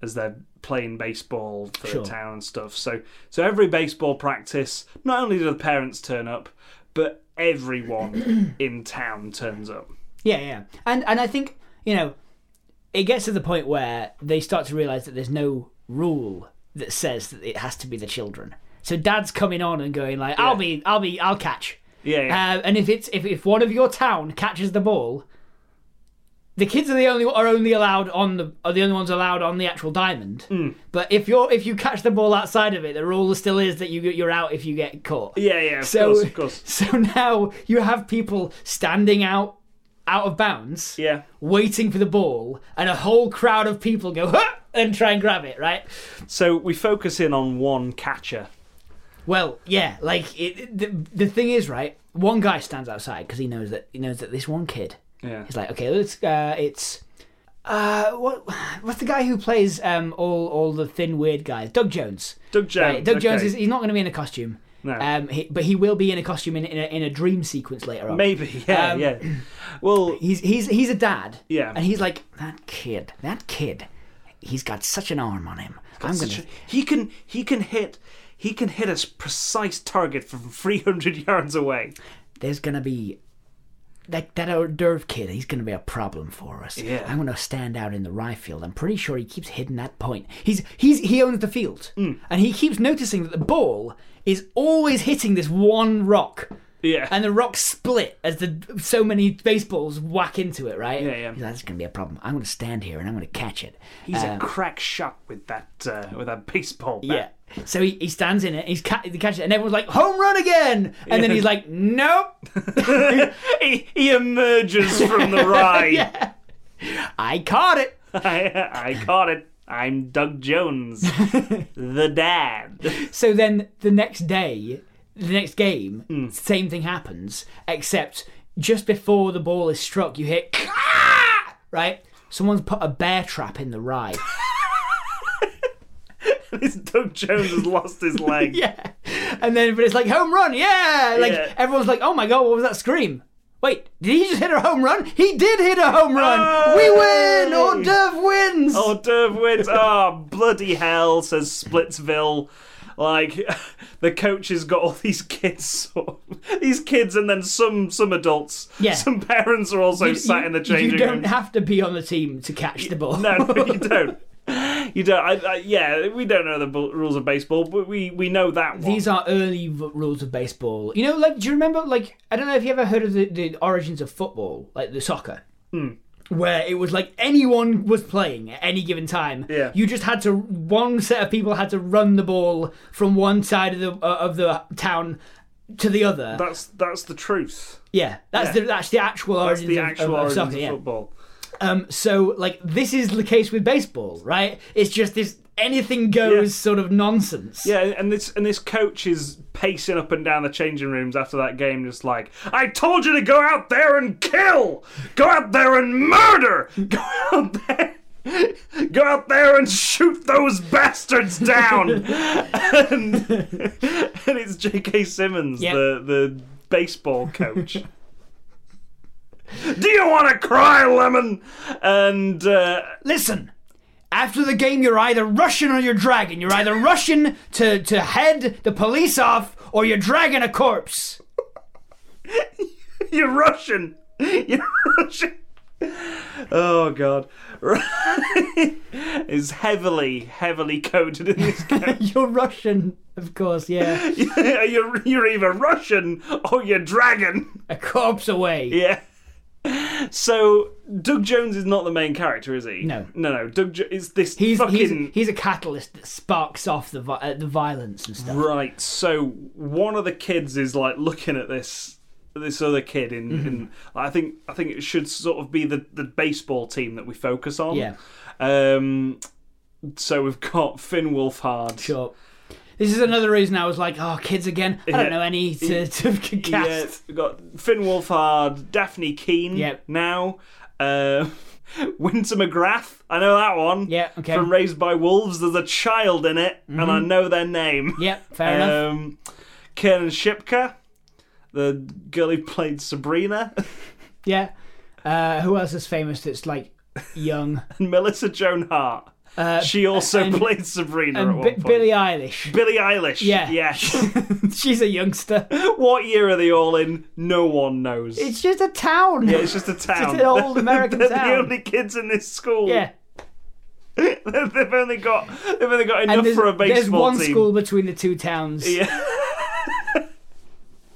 S2: as they're playing baseball for
S1: Sure.
S2: the town and stuff. So so every baseball practice, not only do the parents turn up, but everyone in town turns up.
S1: yeah yeah and and i think you know it gets to the point where they start to realize that there's no rule that says that it has to be the children so dad's coming on and going like i'll be i'll be i'll catch
S2: Yeah, yeah.
S1: Uh, and if it's if, if one of your town catches the ball, the kids are the only are only allowed on the are the only ones allowed on the actual diamond.
S2: Hmm.
S1: But if you're if you catch the ball outside of it, the rule still is that you you're out if you get caught.
S2: yeah, yeah, of
S1: So
S2: course, of course.
S1: so now you have people standing out out of bounds,
S2: Yeah.
S1: waiting for the ball, and a whole crowd of people go huh! and try and grab it. Right?
S2: So we focus in on one catcher.
S1: Well, yeah. Like it, it- the the thing is, right? One guy stands outside because he knows that he knows that this one kid.
S2: Yeah.
S1: It's like, okay, let's. Uh, it's uh, what what's the guy who plays um all all the thin weird guys? Doug Jones.
S2: Doug Jones.
S1: Right, Doug Jones
S2: okay.
S1: is he's not going to be in a costume.
S2: No.
S1: Um, he, but he will be in a costume in in a, in a dream sequence later on.
S2: Maybe, yeah,
S1: Um,
S2: yeah. Well,
S1: He's he's he's a dad.
S2: Yeah.
S1: And he's like that kid. That kid. He's got such an arm on him. I'm gonna.
S2: such a- he can he can hit he can hit a s- precise target from 300 yards away.
S1: There's gonna be that that hors d'oeuvre kid, he's going to be a problem for us.
S2: Yeah.
S1: I'm going to stand out in the rye field. I'm pretty sure he keeps hitting that point. He's he's he owns the field,
S2: Mm.
S1: and he keeps noticing that the ball is always hitting this one rock.
S2: Yeah.
S1: And the rock split as the so many baseballs whack into it, right?
S2: Yeah, yeah.
S1: He's like, That's going to be a problem. I'm going to stand here and I'm going to catch it.
S2: He's a
S1: Um,
S2: crack shot with that uh, with that baseball bat.
S1: yeah. So he, he stands in it, he's ca- he catches it, and everyone's like, home run again! And then he's like, nope,
S2: he, he emerges from the rye.
S1: I caught it.
S2: I, I caught it. I'm Doug Jones, the dad.
S1: So then the next day, the next game,
S2: Hmm.
S1: same thing happens, except just before the ball is struck, you hear, "Ah!" right? Someone's put a bear trap in the rye.
S2: This Doug Jones has lost his leg.
S1: yeah. And then but it's like, home run, yeah! Like,
S2: Yeah.
S1: everyone's like, oh my god, what was that scream? Wait, did he just hit a home run? He did hit a home run! We win!
S2: Hey!
S1: Hors d'oeuvre wins!
S2: Hors d'oeuvre wins. Oh, bloody hell, says Splitsville. Like, the coach has got all these kids, sort of- these kids, and then some some adults.
S1: Yeah.
S2: Some parents are also
S1: You-
S2: sat
S1: you-
S2: in the changing
S1: You don't
S2: room.
S1: have to be on the team to catch the ball.
S2: No, no, you don't. You don't. I, I, yeah, we don't know the bu- rules of baseball, but we, we know that one.
S1: These are early v- rules of baseball. You know, like, do you remember, like, I don't know if you ever heard of the, the origins of football, like the soccer,
S2: Hmm.
S1: where it was like anyone was playing at any given time.
S2: Yeah.
S1: You just had to, one set of people had to run the ball from one side of the, uh, of the town to the other.
S2: that's that's the truth.
S1: yeah. That's,
S2: yeah.
S1: The, that's the actual origins,
S2: the
S1: of-
S2: actual
S1: of, of,
S2: origins
S1: oh, soccer,
S2: of
S1: yeah.
S2: football.
S1: Um, so, like, this is the case with baseball, right? It's just this anything goes
S2: Yeah.
S1: sort of nonsense.
S2: Yeah, and this and this coach is pacing up and down the changing rooms after that game, just like, "I told you to go out there and kill, go out there and murder, go out there." Go out there and shoot those bastards down, and, and it's J.K. Simmons,
S1: Yeah.
S2: the the baseball coach. Do you want to cry, Lemon? And uh,
S1: Listen, after the game, you're either Russian or you're dragging. You're either Russian to, to head the police off or you're dragging a corpse.
S2: You're Russian. You're Russian. Oh god, is heavily, heavily coded in this game.
S1: You're Russian, of course, yeah.
S2: you're, you're either Russian or you're dragon.
S1: a corpse away.
S2: Yeah. So Doug Jones is not the main character, is he?
S1: No.
S2: no, no. Doug jo- is this
S1: He's, he's,
S2: fucking
S1: he's a catalyst that sparks off the, vi- uh, the violence and stuff.
S2: Right. So one of the kids is like looking at this this other kid in, in
S1: Mm-hmm.
S2: I think I think it should sort of be the, the baseball team that we focus on.
S1: Yeah.
S2: Um so we've got Finn Wolfhard.
S1: Sure. This is another reason I was like, oh, kids again. I
S2: Yeah.
S1: don't know any to, to
S2: Yeah,
S1: cast.
S2: we've got Finn Wolfhard, Daphne Keane
S1: Yep.
S2: now. Uh, Winter McGrath, I know that one.
S1: Yeah, okay. Mm-hmm.
S2: From Raised by Wolves, there's a child in it, and I know their name.
S1: Yep, fair enough.
S2: Um, Kieran Shipka, the girl who played Sabrina,
S1: Yeah. Uh, who else is famous that's like young?
S2: and Melissa Joan Hart. she also
S1: Uh, and-
S2: played Sabrina at
S1: and
S2: one
S1: Bi-
S2: point.
S1: Billie Eilish.
S2: Billie Eilish.
S1: Yeah.
S2: Yes.
S1: She's a youngster.
S2: what year are they all in? No one knows.
S1: It's just a town.
S2: Yeah, it's just a town.
S1: an old American
S2: They're
S1: town.
S2: the only kids in this school.
S1: Yeah.
S2: they've only got they've only got
S1: And
S2: enough
S1: there's,
S2: for a
S1: there's
S2: baseball
S1: one
S2: team.
S1: school between the two towns.
S2: Yeah.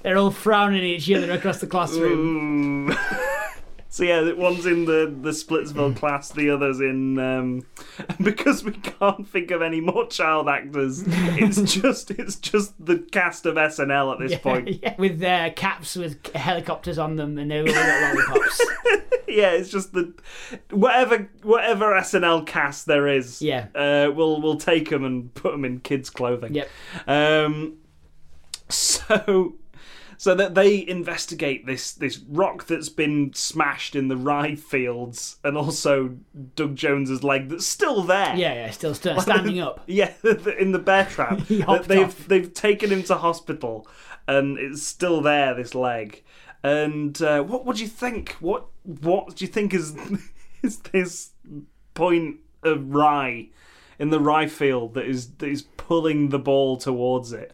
S1: They're all frowning at each other across the classroom.
S2: Mm. so yeah, the one's in the the Splitsville
S1: Hmm.
S2: class, the other's in. Um, because we can't think of any more child actors, it's just it's just the cast of SNL at this point.
S1: Yeah, with their caps with helicopters on them and they're all got lollipops.
S2: Yeah, it's just the whatever whatever SNL cast there is.
S1: Yeah.
S2: uh, we'll we'll take them and put them in kids' clothing.
S1: Yep.
S2: Um, so so that they investigate this this rock that's been smashed in the rye fields, and also Doug Jones's leg that's still there.
S1: Yeah, yeah, still st- standing up.
S2: Yeah, in the bear trap.
S1: hopped
S2: That they've
S1: off.
S2: they've taken him to hospital, and it's still there. This leg. And uh, what would you think? What what do you think is is this point of rye in the rye field that is that is pulling the ball towards it?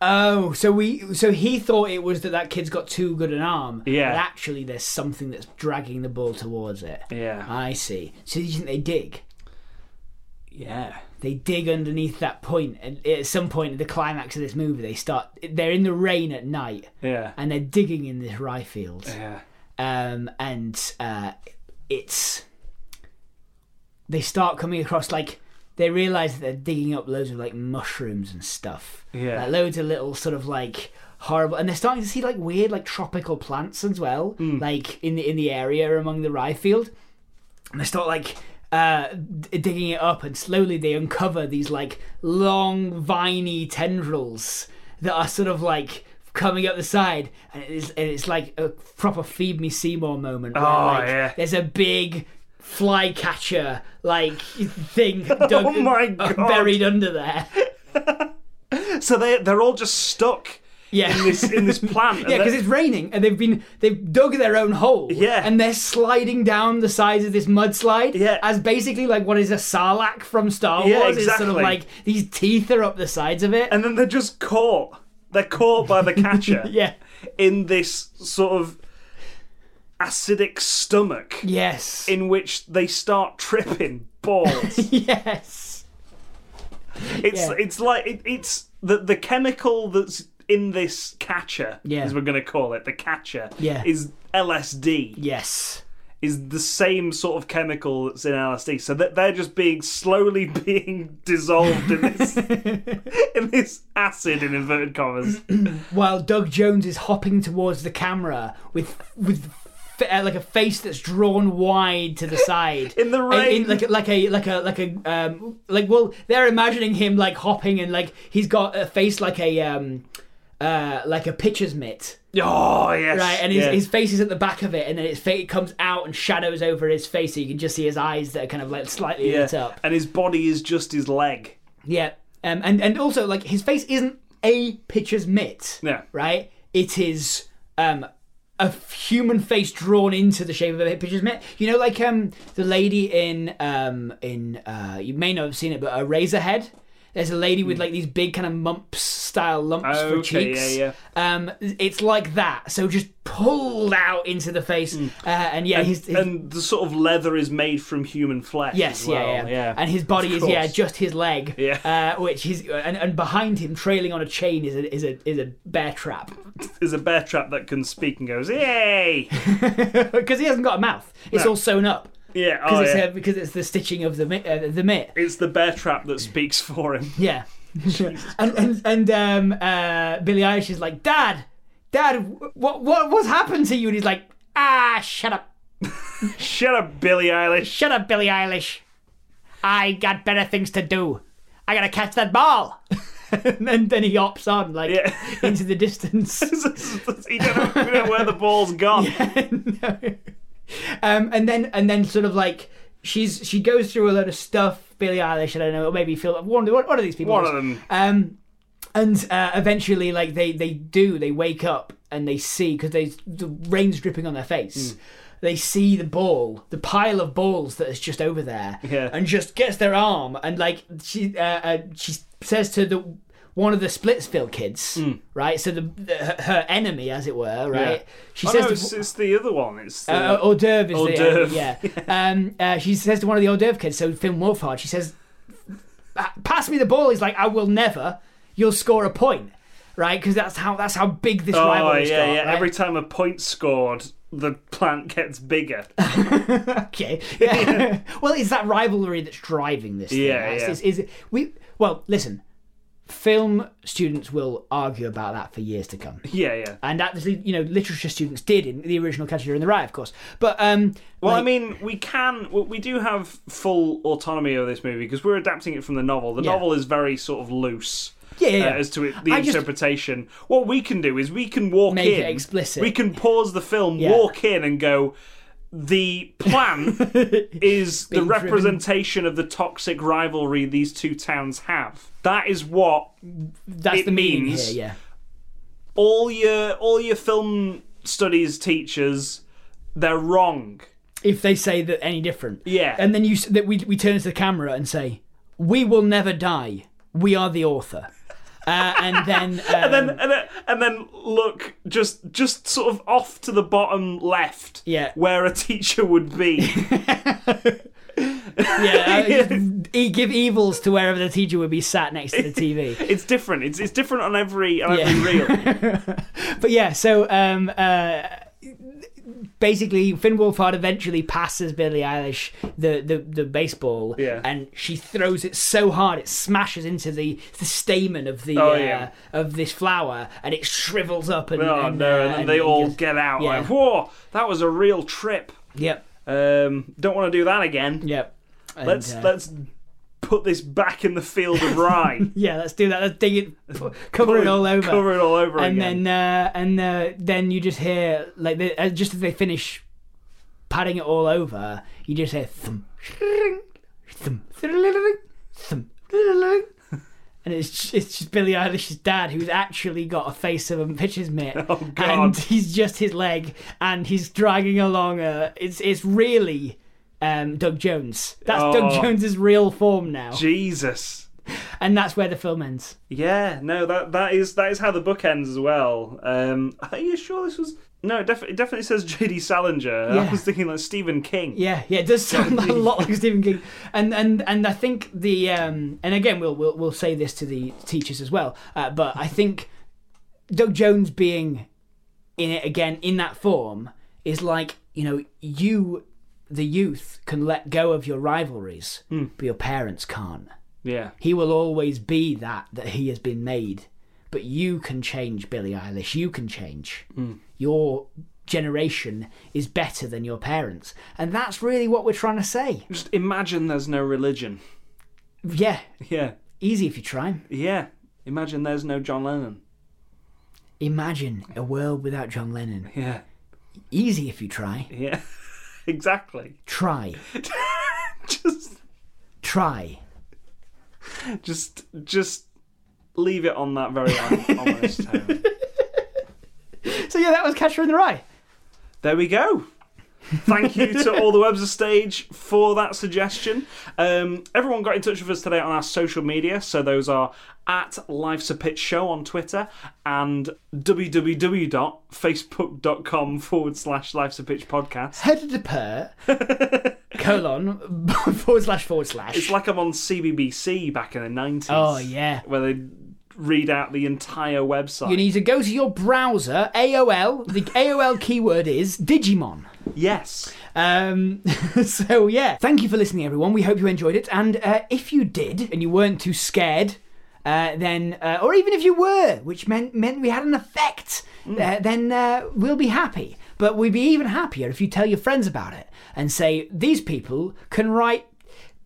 S1: Oh, so we so he thought it was that that kid's got too good an arm.
S2: Yeah.
S1: But actually, there's something that's dragging the ball towards it.
S2: Yeah.
S1: I see. So you think they dig?
S2: Yeah.
S1: They dig underneath that point, and at some point at the climax of this movie, they start. They're in the rain at night,
S2: Yeah.
S1: and they're digging in this rye field.
S2: Yeah.
S1: um, and uh, it's they start coming across like they realize that they're digging up loads of like mushrooms and stuff
S2: Yeah.
S1: like loads of little sort of like horrible and they're starting to see like weird like tropical plants as well like in the in the area among the rye field and they start like uh, d- digging it up, and slowly they uncover these like long viney tendrils that are sort of like coming up the side, and it's, and it's like a proper feed me Seymour moment. where,
S2: Oh,
S1: like,
S2: yeah.
S1: There's a big flycatcher like thing dug,
S2: Oh my
S1: uh,
S2: God.
S1: buried under there.
S2: So they they're all just stuck
S1: Yeah.
S2: in this in this plant. and
S1: Yeah, because
S2: they-
S1: it's raining and they've been they've dug their own hole.
S2: Yeah.
S1: and they're sliding down the sides of this mudslide.
S2: Yeah.
S1: as basically like what is a sarlacc from Star Wars?
S2: Yeah,
S1: It's sort of
S2: exactly.
S1: like these teeth are up the sides of it.
S2: and then they're just caught. They're caught by the catcher.
S1: yeah,
S2: In this sort of acidic stomach,
S1: yes,
S2: in which they start tripping balls.
S1: yes,
S2: It's
S1: Yeah.
S2: it's like it, it's the the chemical that's in this catcher,
S1: Yeah.
S2: as we're going to call it, the catcher,
S1: Yeah.
S2: is LSD.
S1: yes.
S2: Is the same sort of chemical that's in LSD. So that they're just being slowly being dissolved in this in this acid in inverted commas.
S1: While Doug Jones is hopping towards the camera with with. fa- uh, Like a face that's drawn wide to the side
S2: In the
S1: A- in
S2: rain.
S1: like a- like a like a like a um like well they're imagining him like hopping and like he's got a face like a um uh like a pitcher's mitt
S2: Oh yes,
S1: right and his,
S2: yeah.
S1: his face is at the back of it and then his face comes out and shadows over his face so you can just see his eyes that are kind of like slightly lit
S2: yeah.
S1: up
S2: and his body is just his leg.
S1: yeah um and and also like his face isn't a pitcher's mitt
S2: Yeah,
S1: right? It is um, a human face drawn into the shape of a pitcher's mitt. You know, like um, the lady in um, in uh, you may not have seen it, but a razor head. There's a lady with like these big kind of mumps style lumps for
S2: Hmm. Okay,
S1: cheeks.
S2: yeah,
S1: Um, it's like that. So just pulled out into the face, uh, and yeah, his, his
S2: Hmm. and the sort of leather is made from human flesh.
S1: Yes,
S2: as well.
S1: yeah, yeah,
S2: yeah.
S1: And his body
S2: Of
S1: is yeah,
S2: course.
S1: just his leg.
S2: Yeah.
S1: Uh, which is and, and behind him, trailing on a chain, is a is a is a bear trap.
S2: is a bear trap that can speak and goes, "Yay!"
S1: because he hasn't got a mouth. It's all sewn up
S2: Yeah, oh,
S1: because it's
S2: yeah.
S1: uh, because it's the stitching of the mi- uh, the mitt.
S2: It's the bear trap that speaks for him.
S1: Yeah, and and and um, uh, Billie Eilish is like, Dad, Dad, what what what's happened to you? And he's like, Ah, shut up,
S2: Shut up, Billie Eilish.
S1: shut up, Billie Eilish. I got better things to do. I gotta catch that ball. and then, then he hops on like
S2: Yeah.
S1: into the distance.
S2: you don't know, you know where the ball's gone.
S1: no. Um, and then and then sort of like she's she goes through a lot of stuff. Billie Eilish, I don't know, or maybe Phil. One, one one of these people.
S2: One
S1: was.
S2: of them.
S1: Um, and uh, eventually, like they they do, they wake up and they see because they the rain's dripping on their
S2: Mm.
S1: face. They see the ball, the pile of balls that is just over there,
S2: Yeah.
S1: and just gets their arm and like she uh, uh, she says to the one of the Splitsville kids, right? So the, the her- her enemy, as it were,
S2: Mm.
S1: right?
S2: Yeah.
S1: She
S2: Oh,
S1: says
S2: no,
S1: to-
S2: it's, it's the other one. It's the,
S1: uh, hors d'oeuvre is
S2: Hors
S1: the
S2: d'oeuvre.
S1: yeah. um, uh, she says to one of the hors d'oeuvre kids, so Finn Wolfhard, she says, "Pa- "Pass me the ball." He's like, "I will never. You'll score a point, right? Because that's how that's how big this
S2: oh
S1: rivalry's
S2: yeah,
S1: got."
S2: yeah.
S1: right?
S2: Every time a point scored, the plant gets bigger.
S1: okay. Yeah. well, it's that rivalry that's driving this. Thing,
S2: Yeah,
S1: right?
S2: yeah.
S1: Is, is it, we well listen. Film students will argue about that for years to come,
S2: Yeah, yeah.
S1: and that you know literature students did in the original Catcher in the Rye, of course. But um,
S2: Well,
S1: like-
S2: I mean, we can, we- we do have full autonomy over this movie because we're adapting it from the novel. The
S1: Yeah.
S2: novel is very sort of loose.
S1: Yeah, yeah,
S2: uh,
S1: yeah.
S2: as to it, the
S1: I just-
S2: interpretation. What we can do is we can walk
S1: Make
S2: in
S1: it explicit.
S2: We can pause the film,
S1: Yeah.
S2: walk in, and go. The plan is the
S1: Being driven.
S2: representation of the toxic rivalry these two towns have. That is what
S1: that's
S2: it
S1: the meaning
S2: means-
S1: here. Yeah.
S2: all your all your film studies teachers they're wrong.
S1: if they say that any different.
S2: Yeah.
S1: And then you s- that we we turn to the camera and say, "We will never die. We are the author." Uh, and then, um,
S2: And then, and then and then look just just sort of off to the bottom left
S1: Yeah.
S2: where a teacher would be
S1: yeah, uh, just e- give evils to wherever the teacher would be sat next to the TV.
S2: it's different it's it's different on every on
S1: Yeah.
S2: every reel
S1: But yeah, so um, uh, basically, Finn Wolfhard eventually passes Billie Eilish the, the, the baseball,
S2: Yeah.
S1: and she throws it so hard it smashes into the, the stamen of the
S2: Oh,
S1: uh,
S2: yeah.
S1: of this flower, and it shrivels up. And,
S2: oh
S1: and,
S2: no
S1: uh,
S2: and then they all
S1: just-
S2: get out
S1: yeah.
S2: like whoa that was a real trip
S1: yep,
S2: um don't want to do that again
S1: yep. And,
S2: let's
S1: uh,
S2: let's put this back in the field of rye
S1: yeah, let's do that. Let's dig it, p- cover it all over,
S2: cover it all over
S1: and
S2: again
S1: then uh, and uh, then you just hear like the, uh, just as they finish padding it all over, you just hear thump, shring, thump, thrilling, thump, thrilling. and it's just, it's just Billie Eilish's dad who's actually got a face of a pitcher's mitt,
S2: Oh, God.
S1: and he's just his leg, and he's dragging along a. It's it's really. Um, Doug Jones. That's
S2: Oh.
S1: Doug Jones's real form now,
S2: jesus
S1: and that's where the film ends.
S2: Yeah, no, that that is that is how the book ends as well. Um, are you sure this was? No, it, def- it definitely says J.D. Salinger. I
S1: Yeah.
S2: was thinking like Stephen King.
S1: Yeah, yeah, it does sound like a lot like Stephen King, and and and I think the um, and again we'll we'll we'll say this to the teachers as well, uh, but I think Doug Jones being in it again in that form is like you know you the youth can let go of your rivalries, but your parents can't.
S2: yeah,
S1: He will always be that that he has been made, but you can change, Billie Eilish. You can change.
S2: Mm.
S1: Your generation is better than your parents, and that's really what we're trying to say.
S2: just imagine there's no religion.
S1: Yeah,
S2: Yeah,
S1: easy if you try.
S2: yeah. Imagine there's no John Lennon.
S1: Imagine a world without John Lennon.
S2: Yeah,
S1: Easy if you try.
S2: yeah, exactly.
S1: Try,
S2: Just,
S1: try.
S2: just, just leave it on that very hon- honest tone.
S1: So yeah, that was Catcher in the Rye.
S2: There we go. Thank you to all the webs of stage for that suggestion. Um, everyone got in touch with us today on our social media, so those are at Life's a Pitch Show on Twitter and www.facebook.com forward slash Life's a Pitch podcast.
S1: Head of the per colon forward slash forward slash.
S2: It's like I'm on CBBC back in the 90s.
S1: oh yeah.
S2: Where they read out the entire website.
S1: You need to go to your browser, AOL. The AOL keyword is Digimon.
S2: yes.
S1: Um, so, yeah. Thank you for listening, everyone. We hope you enjoyed it. And uh, if you did and you weren't too scared, uh, then, uh, or even if you were, which meant meant we had an effect, uh, then uh, we'll be happy. But we'd be even happier if you tell your friends about it and say these people can write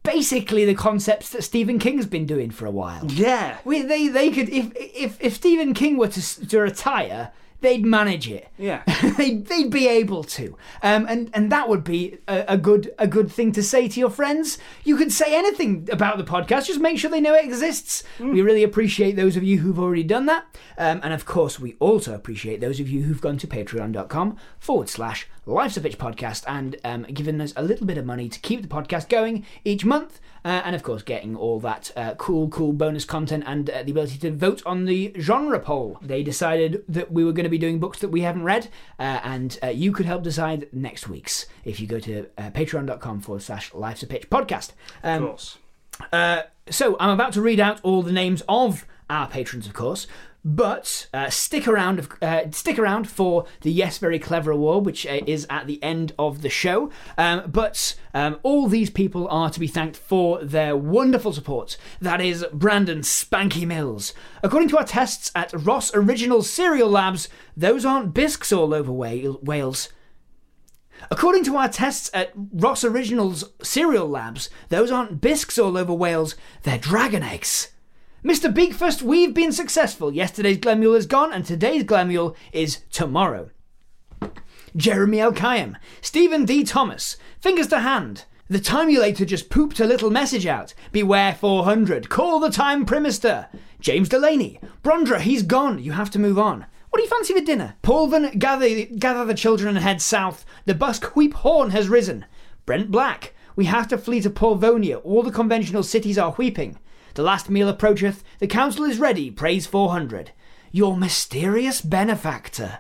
S1: basically the concepts that Stephen King's been doing for a while.
S2: Yeah.
S1: We, they they could if if if Stephen King were to, s- to retire, they'd manage it.
S2: Yeah.
S1: they'd, they'd be able to, um, and and that would be a, a good a good thing to say to your friends. You could say anything about the podcast. Just make sure they know it exists. We really appreciate those of you who've already done that, um, and of course we also appreciate those of you who've gone to Patreon.com forward slash Life's a Bitch podcast and um, given us a little bit of money to keep the podcast going each month. Uh, and of course, getting all that uh, cool, cool bonus content and uh, the ability to vote on the genre poll. They decided that we were going to be doing books that we haven't read, uh, and uh, you could help decide next week's if you go to uh, patreon.com forward slash life's a pitch podcast.
S2: Of
S1: Um,
S2: course.
S1: uh, so I'm about to read out all the names of our patrons, of course. But uh, stick around, of- uh, stick around for the Yes Very Clever Award, which uh, is at the end of the show. Um, but um, all these people are to be thanked for their wonderful support. That is Brandon Spanky Mills. According to our tests at Ross Original Cereal Labs, those aren't bisques all over Wa- Wales. According to our tests at Ross Originals Cereal Labs, those aren't bisques all over Wales, they're dragon eggs. Mr. Beakfast, we've been successful. Yesterday's Glemule is gone, and today's Glemule is tomorrow. Jeremy Elkayam, Stephen D. Thomas, Fingers to Hand. The Timulator just pooped a little message out. Beware 400. Call the Time Primister. James Delaney. Brondra, he's gone. You have to move on. What do you fancy for dinner? Paulvan, gather, gather the children and head south. The Busk Wheep Horn has risen. Brent Black. We have to flee to Paulvonia. All the conventional cities are weeping. The last meal approacheth. The council is ready. Praise 400. Your mysterious benefactor.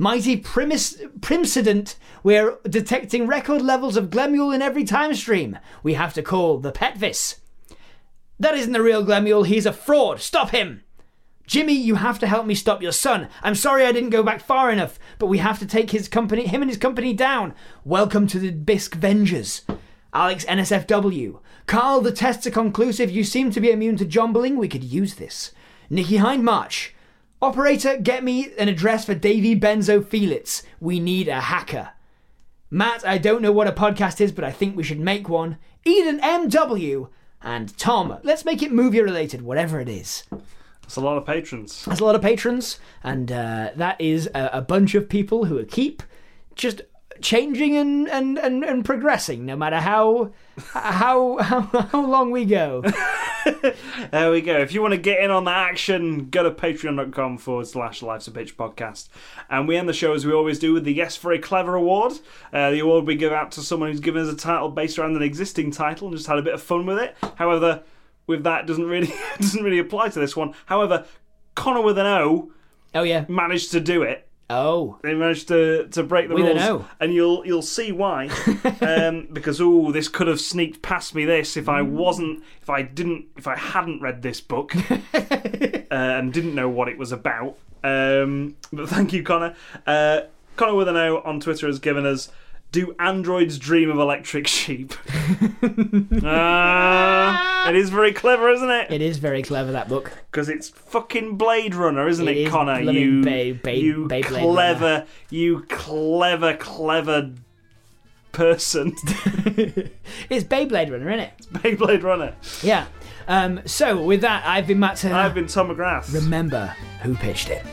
S1: Mighty primis- Primcident, we're detecting record levels of Glemule in every time stream. We have to call the Petvis. That isn't the real Glemule, he's a fraud. Stop him! Jimmy, you have to help me stop your son. I'm sorry I didn't go back far enough, but we have to take his company, him and his company down. Welcome to the Bisque Vengers. Alex NSFW. Carl, the tests are conclusive. You seem to be immune to jumbling. We could use this. Nikki Hindmarch. Operator, get me an address for Davy Benzo Felix. We need a hacker. Matt, I don't know what a podcast is, but I think we should make one. Eden MW. And Tom, let's make it movie related, whatever it is.
S2: That's a lot of patrons.
S1: That's a lot of patrons, and uh, that is a, a bunch of people who keep just changing and, and, and, and progressing, no matter how how how, how long we go.
S2: There we go. If you want to get in on the action, go to patreon.com forward slash Life's a Bitch podcast. And we end the show as we always do with the Yes for a Clever Award. Uh, the award we give out to someone who's given us a title based around an existing title and just had a bit of fun with it. However, with that doesn't really doesn't really apply to this one. However, Connor with an O
S1: Oh yeah.
S2: managed to do it.
S1: Oh,
S2: They managed to, to break the
S1: With an
S2: rules,
S1: O.
S2: and you'll you'll see why. um, because oh, this could have sneaked past me. This if I wasn't, if I didn't, if I hadn't read this book uh, and didn't know what it was about. Um, but thank you, Connor. Uh, Connor with an O on Twitter has given us. Do androids dream of electric sheep? Ah, it is very clever, isn't it?
S1: it is very clever that book.
S2: Because it's fucking Blade Runner, isn't
S1: It
S2: it,
S1: is
S2: Connor?
S1: blooming
S2: You,
S1: Bay- Bay-
S2: you
S1: Beyblade
S2: clever,
S1: Runner.
S2: you clever, clever person.
S1: It's Beyblade Runner, isn't it?
S2: Beyblade Runner.
S1: Yeah. Um, so with that, I've been Matt Turner.
S2: I've been Tom McGrath.
S1: Remember who pitched it.